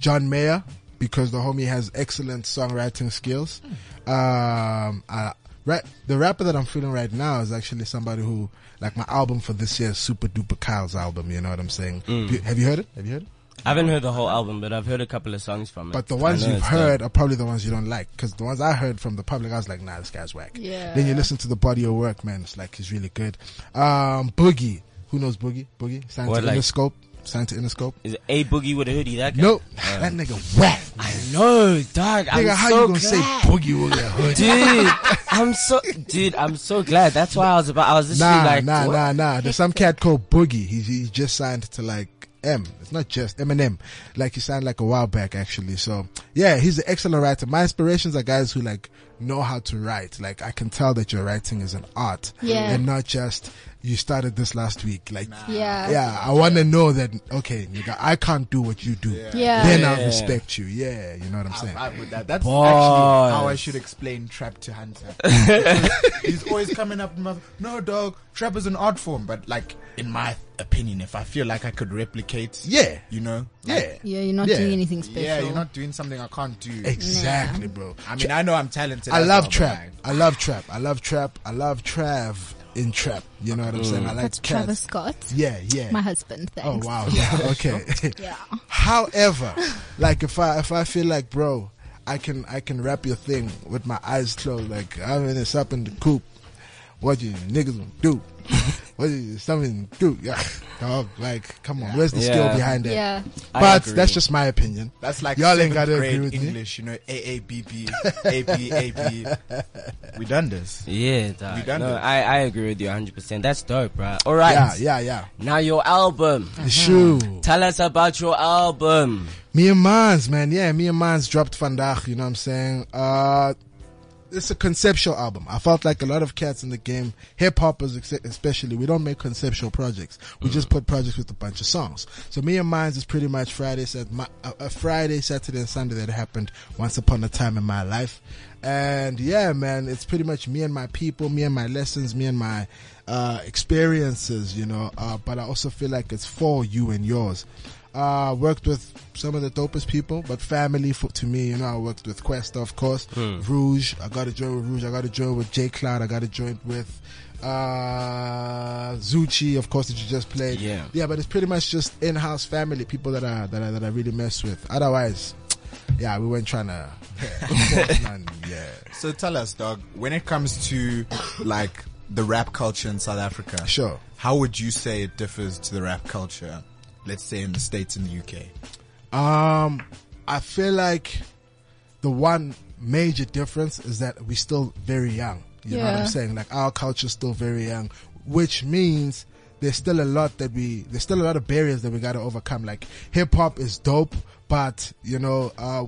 [SPEAKER 7] John Mayer because the homie has excellent songwriting skills. Um, I Right, the rapper that I'm feeling right now is actually somebody who, like, my album for this year is Super Duper Kyle's album. You know what I'm saying?
[SPEAKER 3] Mm.
[SPEAKER 7] You- have you heard it? Have you heard it?
[SPEAKER 3] I haven't heard the whole album, but I've heard a couple of songs from it.
[SPEAKER 7] But the
[SPEAKER 3] I
[SPEAKER 7] ones
[SPEAKER 3] know
[SPEAKER 7] you've
[SPEAKER 3] it's dope.
[SPEAKER 7] heard are probably the ones you don't like. Because the ones I heard from the public, I was like, nah, this guy's whack.
[SPEAKER 4] Yeah.
[SPEAKER 7] Then you listen to the body of work, man. It's like, he's really good. Um, Boogie. Who knows Boogie? Boogie? Signed
[SPEAKER 3] What,
[SPEAKER 7] to
[SPEAKER 3] like-
[SPEAKER 7] Interscope. Signed to Interscope.
[SPEAKER 3] Is it a boogie with a hoodie? That guy?
[SPEAKER 7] Nope. that nigga whack.
[SPEAKER 3] I know, dog. I'm
[SPEAKER 7] Nigga, how
[SPEAKER 3] so
[SPEAKER 7] you gonna
[SPEAKER 3] glad.
[SPEAKER 7] say Boogie with your hood?
[SPEAKER 3] dude? I'm so, dude. I'm so glad. That's why I was about. I was literally
[SPEAKER 7] Nah,
[SPEAKER 3] like,
[SPEAKER 7] nah,
[SPEAKER 3] what?
[SPEAKER 7] nah, nah. There's some cat called Boogie. He's he's just signed to like M. It's not just Eminem. Like he signed like a while back actually. So yeah, he's an excellent writer. My inspirations are guys who like know how to write. Like I can tell that your writing is an art.
[SPEAKER 4] Yeah.
[SPEAKER 7] And not just you started this last week. Like
[SPEAKER 4] Yeah.
[SPEAKER 7] Yeah. I wanna know that okay, nigga, I can't do what you do.
[SPEAKER 4] Yeah.
[SPEAKER 7] Then
[SPEAKER 3] Yeah.
[SPEAKER 7] I'll respect you. Yeah, you know what I'm saying.
[SPEAKER 2] I with that. That's
[SPEAKER 3] Bars.
[SPEAKER 2] actually how I should explain trap to Hunter. Because he's always coming up and mother- no dog, trap is an art form, but like in my opinion, if I feel like I could replicate
[SPEAKER 7] Yeah.
[SPEAKER 2] you know?
[SPEAKER 7] yeah.
[SPEAKER 4] Yeah, you're not
[SPEAKER 7] Yeah.
[SPEAKER 4] doing anything special.
[SPEAKER 2] Yeah, you're not doing something I can't do.
[SPEAKER 7] Exactly, bro.
[SPEAKER 2] I mean I know I'm talented.
[SPEAKER 7] I
[SPEAKER 2] as
[SPEAKER 7] love
[SPEAKER 2] well, but
[SPEAKER 7] trap.
[SPEAKER 2] like-
[SPEAKER 7] I love trap. I love trap. I love Trav in trap. You know what I'm
[SPEAKER 3] Mm.
[SPEAKER 7] saying? I like
[SPEAKER 4] That's
[SPEAKER 7] cats.
[SPEAKER 4] Travis Scott.
[SPEAKER 7] Yeah, yeah.
[SPEAKER 4] My husband,
[SPEAKER 7] oh
[SPEAKER 4] thanks.
[SPEAKER 7] wow. Yeah. Okay.
[SPEAKER 4] Yeah.
[SPEAKER 7] However, like if I if I feel like bro, I can I can wrap your thing with my eyes closed. Like I'm in this up in the coop. What you niggas gonna do? what you something do? Yeah, dog. Like come on. Where's the skill
[SPEAKER 3] Yeah.
[SPEAKER 7] behind that?
[SPEAKER 4] Yeah.
[SPEAKER 3] I
[SPEAKER 7] But
[SPEAKER 3] agree.
[SPEAKER 7] that's just my opinion.
[SPEAKER 2] That's like
[SPEAKER 7] Y'all
[SPEAKER 2] seventh
[SPEAKER 7] ain't gotta
[SPEAKER 2] grade
[SPEAKER 7] agree with me.
[SPEAKER 2] English, you know, A A B B A B A B. We done this.
[SPEAKER 3] Yeah, dog.
[SPEAKER 2] done
[SPEAKER 3] No,
[SPEAKER 2] it.
[SPEAKER 3] I I agree with you 100. percent That's dope, bro. All right.
[SPEAKER 7] Yeah, yeah, yeah.
[SPEAKER 3] Now your album.
[SPEAKER 4] Uh-huh.
[SPEAKER 7] Shoe.
[SPEAKER 3] Tell us about your album.
[SPEAKER 7] Me and Mans, man. Yeah, me and Mans dropped Vandaag, you know what I'm saying? Uh, it's a conceptual album. I felt like a lot of cats in the game, hip hoppers ex- especially, we don't make conceptual projects. We just put projects with a bunch of songs. So me and Mines is pretty much Friday, Sat- my- uh, uh, Friday, Saturday, and Sunday that happened once upon a time in my life. And yeah, man, it's pretty much me and my people, me and my lessons, me and my uh, experiences, you know. Uh, but I also feel like it's for you and yours. Uh, worked with some of the dopest people, but family for, to me, you know, I worked with Questa, of course, Rouge. I got to join with Rouge. I got to join with J Cloud. I got to join with, uh, Zuchi, of course, that you just played.
[SPEAKER 3] Yeah.
[SPEAKER 7] Yeah, but it's pretty much just in-house family, people that are, that I, that I really mess with. Otherwise, yeah, we weren't trying to, yeah.
[SPEAKER 2] So tell us, dog, when it comes to like the rap culture in South Africa,
[SPEAKER 7] Sure.
[SPEAKER 2] How would you say it differs to the rap culture, let's say in the States and the UK?
[SPEAKER 7] Um, I feel like the one major difference is that we're still very young. You know what
[SPEAKER 4] Yeah.
[SPEAKER 7] I'm saying? Like our culture's still very young, which means there's still a lot that we there's still a lot of barriers that we got to overcome. Like hip hop is dope, but you know, uh,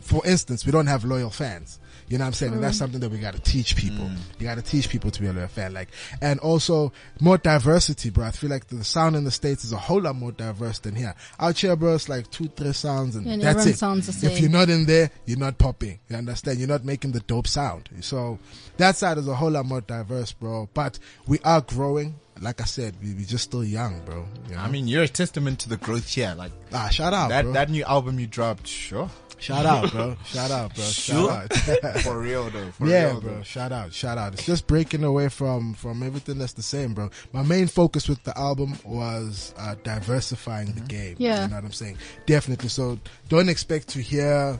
[SPEAKER 7] for instance, we don't have loyal fans. You know what I'm saying?
[SPEAKER 4] Mm.
[SPEAKER 7] And that's something that we gotta teach people. You gotta teach people to be a loyal fan. Like, and also more diversity, bro. I feel like the sound in the States is a whole lot more diverse than here. Out here, bro, it's like two, three sounds and,
[SPEAKER 4] And
[SPEAKER 7] that's
[SPEAKER 4] everyone
[SPEAKER 7] it.
[SPEAKER 4] sounds the
[SPEAKER 7] If
[SPEAKER 4] same.
[SPEAKER 7] you're not in there, you're not popping. You understand? You're not making the dope sound. So that side is a whole lot more diverse, bro. But we are growing. Like I said, we, we just still young, bro. You know?
[SPEAKER 2] I mean, you're a testament to the growth here. Like
[SPEAKER 7] ah, shout out,
[SPEAKER 2] that
[SPEAKER 7] bro.
[SPEAKER 2] that new album you dropped, sure.
[SPEAKER 7] shout out, bro. Shout out, bro.
[SPEAKER 3] Sure.
[SPEAKER 7] Shout out.
[SPEAKER 2] for real though. For
[SPEAKER 7] yeah,
[SPEAKER 2] real,
[SPEAKER 7] bro.
[SPEAKER 2] Though.
[SPEAKER 7] Shout out, shout out. It's just breaking away from from everything that's the same, bro. My main focus with the album was uh, diversifying the game.
[SPEAKER 4] Mm-hmm. Yeah.
[SPEAKER 7] you know what I'm saying. Definitely. So don't expect to hear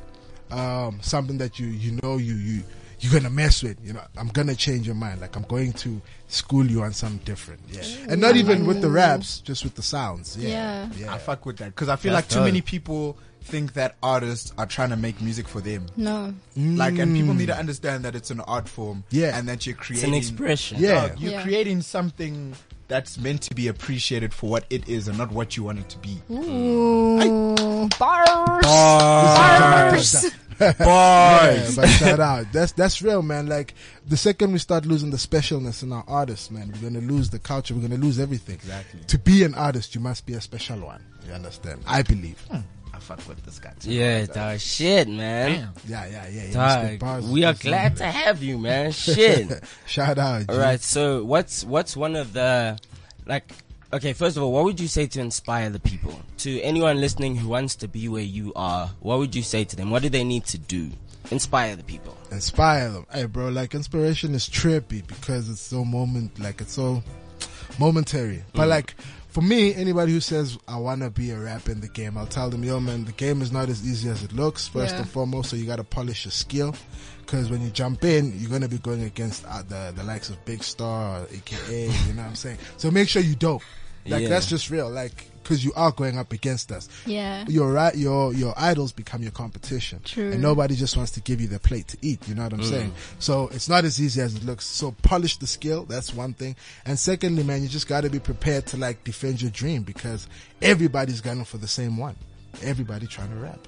[SPEAKER 7] um, something that you you know you you you're gonna mess with. You know, I'm gonna change your mind. Like I'm going to school you on something different. Yeah, and not even with the raps, just with the sounds. Yeah,
[SPEAKER 4] Mm-hmm. Yeah.
[SPEAKER 7] yeah.
[SPEAKER 2] I fuck with that because I feel
[SPEAKER 3] That's
[SPEAKER 2] like too
[SPEAKER 3] dope.
[SPEAKER 2] many people think that artists are trying to make music for them.
[SPEAKER 4] No.
[SPEAKER 2] Like, and people need to understand that it's an art form.
[SPEAKER 7] Mm. Yeah.
[SPEAKER 2] and that you're
[SPEAKER 3] It's
[SPEAKER 2] creating
[SPEAKER 3] an expression.
[SPEAKER 7] Yeah.
[SPEAKER 2] Dog, you're
[SPEAKER 4] Yeah.
[SPEAKER 2] creating something that's meant to be appreciated for what it is and not what you want it to be.
[SPEAKER 4] Hmm? Ooh. Bars. Bars.
[SPEAKER 7] Yeah, but shout out. That's that's real, man. Like the second we start losing the specialness in our artists, man, we're gonna lose the culture. We're gonna lose everything.
[SPEAKER 2] Exactly.
[SPEAKER 7] To be an artist, you must be a special one. You understand? I believe.
[SPEAKER 3] Hmm.
[SPEAKER 2] I fuck with this guy. Too.
[SPEAKER 3] Yeah, dog. Shit, man.
[SPEAKER 7] Yeah, yeah, yeah. yeah. Mr.
[SPEAKER 3] Dog,
[SPEAKER 7] Bars
[SPEAKER 3] we are
[SPEAKER 7] is-
[SPEAKER 3] glad to have you, man. Shit.
[SPEAKER 7] Shout out.
[SPEAKER 3] All right. So what's what's one of the like? Okay, first of all, what would you say to inspire the people? To anyone listening who wants to be where you are, what would you say to them? What do they need to do? inspire the people?
[SPEAKER 7] inspire them. Hey, bro, like inspiration is trippy because it's so moment, like it's so momentary. But like for me, anybody who says I wanna be a rapper in the game, I'll tell them, yo, man, the game is not as easy as it looks. First
[SPEAKER 4] Yeah.
[SPEAKER 7] and foremost, so you gotta polish your skill. Because when you jump in, you're gonna be going against uh, the the likes of Big Star, aka, you know what I'm saying. So make sure you dope. Like
[SPEAKER 3] Yeah.
[SPEAKER 7] that's just real. Like because you are going up against us
[SPEAKER 4] Yeah.
[SPEAKER 7] your right your your idols become your competition
[SPEAKER 4] True.
[SPEAKER 7] and nobody just wants to give you the plate to eat you know what i'm saying so it's not as easy as it looks so polish the skill that's one thing and secondly man you just got to be prepared to like defend your dream because everybody's gunning for the same one everybody trying to rap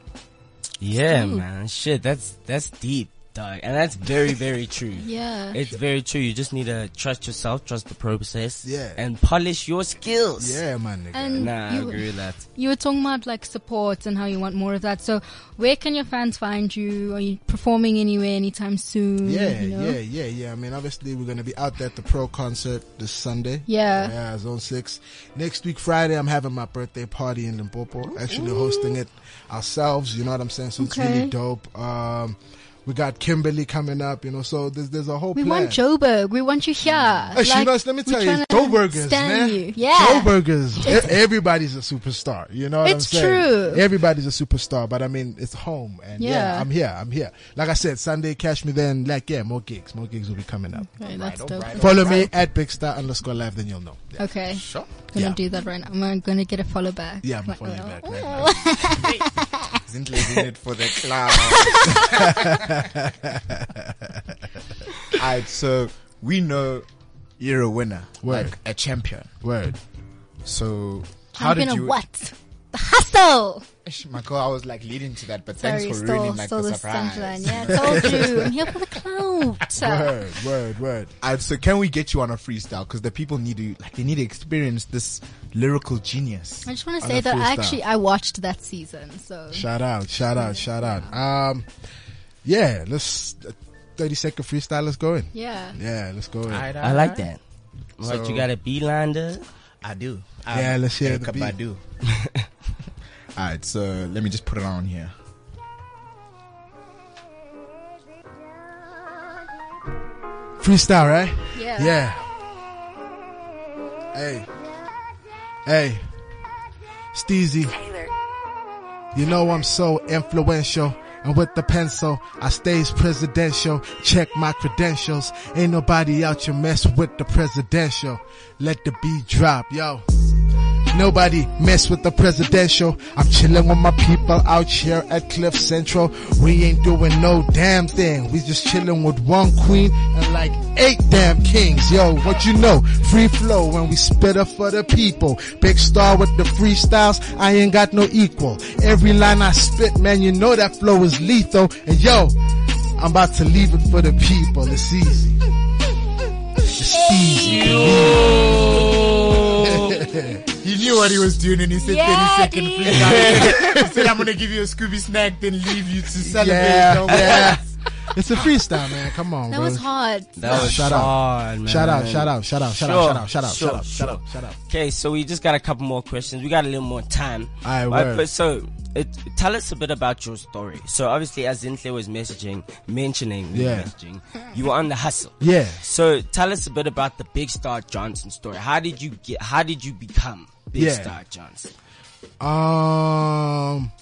[SPEAKER 3] Yeah, man. Shit, that's that's deep, dog, and that's very very true.
[SPEAKER 4] Yeah.
[SPEAKER 3] It's very true. You just need to trust yourself, trust the process,
[SPEAKER 7] Yeah.
[SPEAKER 3] and polish your skills.
[SPEAKER 7] yeah man nigga.
[SPEAKER 4] and
[SPEAKER 3] Nah, I
[SPEAKER 4] you,
[SPEAKER 3] agree with that.
[SPEAKER 4] you were talking about like support and how you want more of that. So where can your fans find you? Are you performing anywhere anytime soon?
[SPEAKER 7] yeah,
[SPEAKER 4] You know?
[SPEAKER 7] yeah, yeah, yeah. I mean, obviously, we're going to be out there at the pro concert this Sunday.
[SPEAKER 4] Yeah.
[SPEAKER 7] Yeah, Zone 6. Next week, Friday, I'm having my birthday party in Limpopo. Actually, hosting it ourselves. You know what I'm saying? So it's really
[SPEAKER 4] Okay.
[SPEAKER 7] dope. Um, we got Kimberly coming up, you know, so there's, there's a whole
[SPEAKER 4] We
[SPEAKER 7] plan.
[SPEAKER 4] want Joburg. We want you here.
[SPEAKER 7] Hey, Uh, she
[SPEAKER 4] Like,
[SPEAKER 7] knows, let me
[SPEAKER 4] we're
[SPEAKER 7] tell you,
[SPEAKER 4] tryna
[SPEAKER 7] Joe Burgers,
[SPEAKER 4] stand
[SPEAKER 7] man.
[SPEAKER 4] you. Yeah.
[SPEAKER 7] Joe Burgers. E- Everybody's a superstar. You know what
[SPEAKER 4] It's
[SPEAKER 7] I'm saying?
[SPEAKER 4] true.
[SPEAKER 7] Everybody's a superstar, but I mean, it's home. And yeah.
[SPEAKER 4] Yeah.
[SPEAKER 7] I'm here. I'm here. Like I said, Sunday, catch me then. Like, yeah, more gigs. More gigs will be coming up.
[SPEAKER 4] Okay, that's dope.
[SPEAKER 7] Follow me at Big Star underscore live, then you'll know. Yeah.
[SPEAKER 4] Okay.
[SPEAKER 7] Sure.
[SPEAKER 4] Gonna
[SPEAKER 7] Yeah.
[SPEAKER 4] do that right now. Am I gonna get a follow back?
[SPEAKER 7] Yeah, I'm
[SPEAKER 4] Like,
[SPEAKER 7] following
[SPEAKER 4] oh.
[SPEAKER 7] back right now.
[SPEAKER 2] Isn't leaving it for the cloud. Alright, so we know you're a winner,
[SPEAKER 7] Word.
[SPEAKER 2] like a champion.
[SPEAKER 7] Word.
[SPEAKER 2] So how
[SPEAKER 4] Champion
[SPEAKER 2] did
[SPEAKER 4] of
[SPEAKER 2] you?
[SPEAKER 4] what? The hustle.
[SPEAKER 2] Ish, My girl, I was like leading to that, but
[SPEAKER 4] Sorry,
[SPEAKER 2] thanks for
[SPEAKER 4] stole,
[SPEAKER 2] ruining like
[SPEAKER 4] stole
[SPEAKER 2] the
[SPEAKER 4] the
[SPEAKER 2] surprise.
[SPEAKER 4] sunshine. Yeah, I told you. I'm here for the clout.
[SPEAKER 7] Word, word, word.
[SPEAKER 2] Alright, so can we get you on a freestyle? Because the people need to, like, they need to experience this lyrical genius.
[SPEAKER 4] I just want to
[SPEAKER 7] On
[SPEAKER 4] say
[SPEAKER 7] a
[SPEAKER 4] that I
[SPEAKER 7] freestyle.
[SPEAKER 4] actually I watched that season, so
[SPEAKER 7] Shout out, shout out, shout out. Um, yeah, let's, 30 second freestyle, let's go in.
[SPEAKER 4] yeah.
[SPEAKER 7] Yeah, let's go in.
[SPEAKER 3] I like that. What
[SPEAKER 2] So-
[SPEAKER 3] you got a beeline to?
[SPEAKER 2] I do.
[SPEAKER 7] Yeah, let's hear the beat.
[SPEAKER 2] do. Alright, so let me just put it on here.
[SPEAKER 7] Freestyle, right?
[SPEAKER 4] Yeah.
[SPEAKER 7] Yeah. Hey. Hey. Steezy. You know I'm so influential. And with the pencil, I stays presidential. Check my credentials. Ain't nobody out your mess with the presidential. Let the beat drop, yo. Nobody mess with the presidential. I'm chilling with my people out here at Cliff Central. We ain't doing no damn thing. We just chilling with one queen and like eight damn kings. Yo, what you know? Free flow when we spit up for the people. Big star with the freestyles. I ain't got no equal. Every line I spit, man, you know that flow is lethal. And yo, I'm about to leave it for the people. It's easy. It's easy.
[SPEAKER 2] He knew what he was doing and he said
[SPEAKER 4] Yeah,
[SPEAKER 2] 30 second
[SPEAKER 4] dude.
[SPEAKER 2] freestyle. he said, I'm going to give you a Scooby snack, then leave you to celebrate. No more.
[SPEAKER 7] yeah. it's a freestyle, man. Come on,
[SPEAKER 4] That
[SPEAKER 7] bro.
[SPEAKER 4] was hard.
[SPEAKER 3] That was
[SPEAKER 7] shout out.
[SPEAKER 3] hard, man.
[SPEAKER 7] Shout out, shout out, shout out, shout
[SPEAKER 3] Sure,
[SPEAKER 7] out, shout
[SPEAKER 3] sure,
[SPEAKER 7] out, shout out, shout out, shout out, shout out.
[SPEAKER 3] Okay, so we just got a couple more questions. We got a little more time.
[SPEAKER 7] Aye,
[SPEAKER 3] But
[SPEAKER 7] word.
[SPEAKER 3] first, so it, tell us a bit about your story. So obviously, as Zinhle was messaging, mentioning,
[SPEAKER 7] Yeah.
[SPEAKER 3] messaging, you were on the hustle.
[SPEAKER 7] Yeah.
[SPEAKER 3] So tell us a bit about the Big Star Johnson story. How did you get? How did you become Big
[SPEAKER 7] Yeah.
[SPEAKER 3] Star Johnson?
[SPEAKER 7] Um,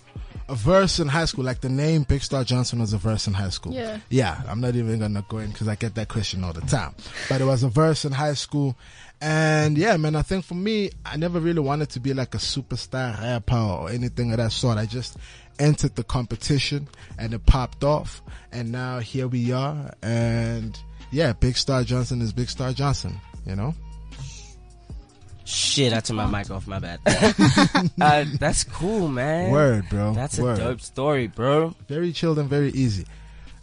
[SPEAKER 7] a verse in high school, like the name Big Star Johnson was a verse in high school.
[SPEAKER 4] Yeah.
[SPEAKER 7] Yeah, I'm not even gonna go in because I get that question all the time. But it was a verse in high school. And yeah, man, I think for me, I never really wanted to be like a superstar rapper or anything of that sort. I just entered the competition and it popped off. And now here we are. And yeah, Big Star Johnson is Big Star Johnson, you know?
[SPEAKER 3] Shit, I took my mic off. My bad. uh, that's cool, man.
[SPEAKER 7] Word, bro.
[SPEAKER 3] That's
[SPEAKER 7] Word.
[SPEAKER 3] a dope story, bro.
[SPEAKER 7] Very chilled and very easy.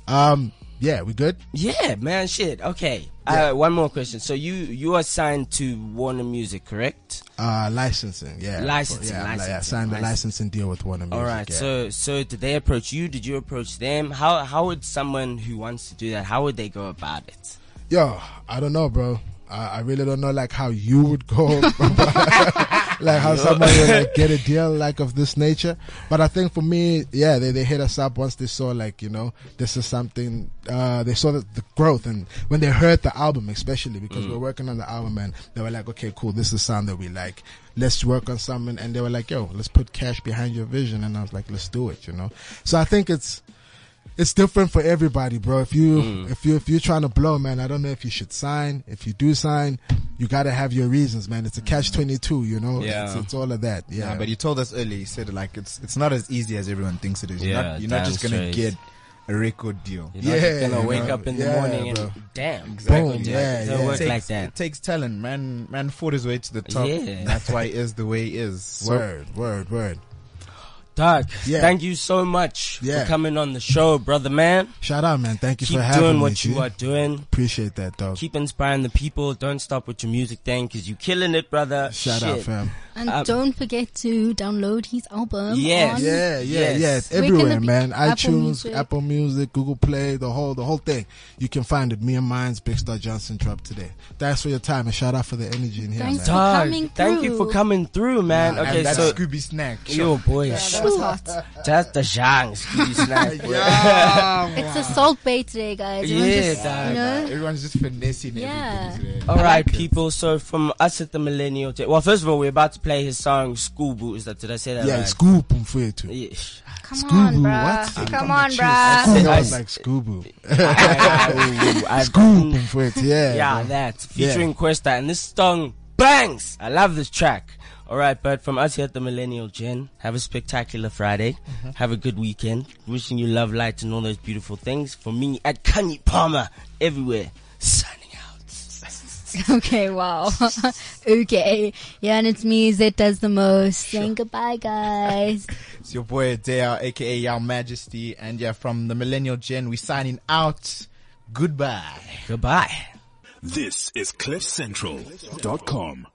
[SPEAKER 7] Um, yeah, we good?
[SPEAKER 3] Yeah, man. Shit. Okay. Uh, one more question. So you you are signed to Warner Music, correct?
[SPEAKER 7] Uh, licensing, yeah.
[SPEAKER 3] Licensing,
[SPEAKER 7] yeah,
[SPEAKER 3] licensing,
[SPEAKER 7] yeah, signed a
[SPEAKER 3] licensing.
[SPEAKER 7] licensing deal with Warner Music.
[SPEAKER 3] All right.
[SPEAKER 7] yeah.
[SPEAKER 3] So so did they approach you? Did you approach them? How how would someone who wants to do that? How would they go about it?
[SPEAKER 7] yo, I don't know, bro. I, I really don't know, like how you would go. like how somebody would like get a deal like of this nature. But I think for me, yeah, they, they hit us up once they saw like, you know, this is something, uh, they saw the, the growth and when they heard the album, especially because we're working on the album and they were like, okay, cool. This is sound that we like. Let's work on something. And they were like, yo, let's put cash behind your vision. And I was like, let's do it, you know? So I think it's, it's different for everybody, bro. If you
[SPEAKER 3] Mm.
[SPEAKER 7] if you if you're trying to blow, man, I don't know if you should sign. If you do sign, you gotta have your reasons, man. It's a catch twenty two, you know.
[SPEAKER 3] Yeah.
[SPEAKER 7] It's, it's all of that. Yeah.
[SPEAKER 2] Yeah, but you told us earlier. You said like it's it's not as easy as everyone thinks it is. You're
[SPEAKER 3] Yeah,
[SPEAKER 2] not, you're not
[SPEAKER 3] damn
[SPEAKER 2] just gonna
[SPEAKER 3] straight.
[SPEAKER 2] get a record deal.
[SPEAKER 3] You're not just
[SPEAKER 7] Yeah,
[SPEAKER 3] gonna
[SPEAKER 7] you
[SPEAKER 3] wake
[SPEAKER 7] know,
[SPEAKER 3] up in the
[SPEAKER 7] yeah,
[SPEAKER 3] morning
[SPEAKER 7] bro.
[SPEAKER 3] and damn,
[SPEAKER 7] Exactly,
[SPEAKER 3] exactly.
[SPEAKER 7] yeah,
[SPEAKER 3] it doesn't
[SPEAKER 7] yeah.
[SPEAKER 3] work
[SPEAKER 2] takes,
[SPEAKER 3] like that.
[SPEAKER 2] It takes talent, man. Man fought his way to the top.
[SPEAKER 3] Yeah.
[SPEAKER 2] That's why he is the way he is. So
[SPEAKER 7] word, word, word.
[SPEAKER 3] Doc,
[SPEAKER 7] Yeah.
[SPEAKER 3] thank you so much
[SPEAKER 7] Yeah.
[SPEAKER 3] for coming on the show, brother man.
[SPEAKER 7] Shout out, man. Thank you
[SPEAKER 3] Keep
[SPEAKER 7] for having
[SPEAKER 3] doing
[SPEAKER 7] me.
[SPEAKER 3] what you
[SPEAKER 7] G.
[SPEAKER 3] are doing.
[SPEAKER 7] Appreciate that, dog.
[SPEAKER 3] Keep inspiring the people. Don't stop with your music thing because you killing it, brother.
[SPEAKER 7] Shout
[SPEAKER 3] Shit.
[SPEAKER 7] out, fam.
[SPEAKER 4] And
[SPEAKER 3] Um,
[SPEAKER 4] don't forget to download his album.
[SPEAKER 3] Yes.
[SPEAKER 4] on-
[SPEAKER 7] Yeah, yeah,
[SPEAKER 3] Yes.
[SPEAKER 7] yeah. It's
[SPEAKER 4] Where can
[SPEAKER 7] everywhere,
[SPEAKER 4] it be?
[SPEAKER 7] man.
[SPEAKER 4] Apple
[SPEAKER 7] iTunes,
[SPEAKER 4] Music?
[SPEAKER 7] Apple Music, Google Play, the whole, the whole thing. You can find it. Me and mine's Big Star Johnson dropped today. Thanks for your time and shout out for the energy in here,
[SPEAKER 4] Thanks
[SPEAKER 7] man.
[SPEAKER 4] for
[SPEAKER 3] Dog,
[SPEAKER 4] coming
[SPEAKER 3] thank you
[SPEAKER 4] through.
[SPEAKER 3] for coming through, man.
[SPEAKER 2] And
[SPEAKER 3] okay,
[SPEAKER 2] that's
[SPEAKER 3] so
[SPEAKER 2] Scooby Snack.
[SPEAKER 3] yo, boy,
[SPEAKER 4] That was hot.
[SPEAKER 3] that's the genre. Scooby Snack. boy.
[SPEAKER 4] It's a salt bay today, guys. Everyone
[SPEAKER 3] Yeah,
[SPEAKER 4] just,
[SPEAKER 3] dog.
[SPEAKER 4] you know,
[SPEAKER 2] Everyone's just finessing
[SPEAKER 4] Yeah.
[SPEAKER 2] everything. today.
[SPEAKER 3] All right, people. So from us at the Millennial, J- well, first of all, we're about to play his song "School Boots." That did I say that
[SPEAKER 7] Yeah,
[SPEAKER 3] right?
[SPEAKER 7] Scoop Mfwetu.
[SPEAKER 3] Yeah.
[SPEAKER 4] come on,
[SPEAKER 7] Scooby,
[SPEAKER 4] bruh.
[SPEAKER 7] what?
[SPEAKER 4] Come on,
[SPEAKER 7] I
[SPEAKER 4] bruh.
[SPEAKER 7] think I
[SPEAKER 3] I
[SPEAKER 7] was
[SPEAKER 3] s-
[SPEAKER 7] like Scoob.
[SPEAKER 3] I- I- I-
[SPEAKER 7] Scoop Mfwetu, yeah.
[SPEAKER 3] yeah,
[SPEAKER 7] man.
[SPEAKER 3] that featuring Questa, and this song bangs. I love this track. All right, but from us here at the Millennial Gen, have a spectacular Friday. Have a good weekend. Wishing you love, light, and all those beautiful things. For me, at Kanye Palmer, everywhere. Signing out.
[SPEAKER 4] Okay, wow. okay. Yeah, and it's me that does the most. Saying goodbye, guys.
[SPEAKER 2] It's your boy Dea, aka Your Majesty, and yeah, from the Millennial Gen, we signing out. Goodbye.
[SPEAKER 3] Goodbye.
[SPEAKER 1] This is CliffCentral.com.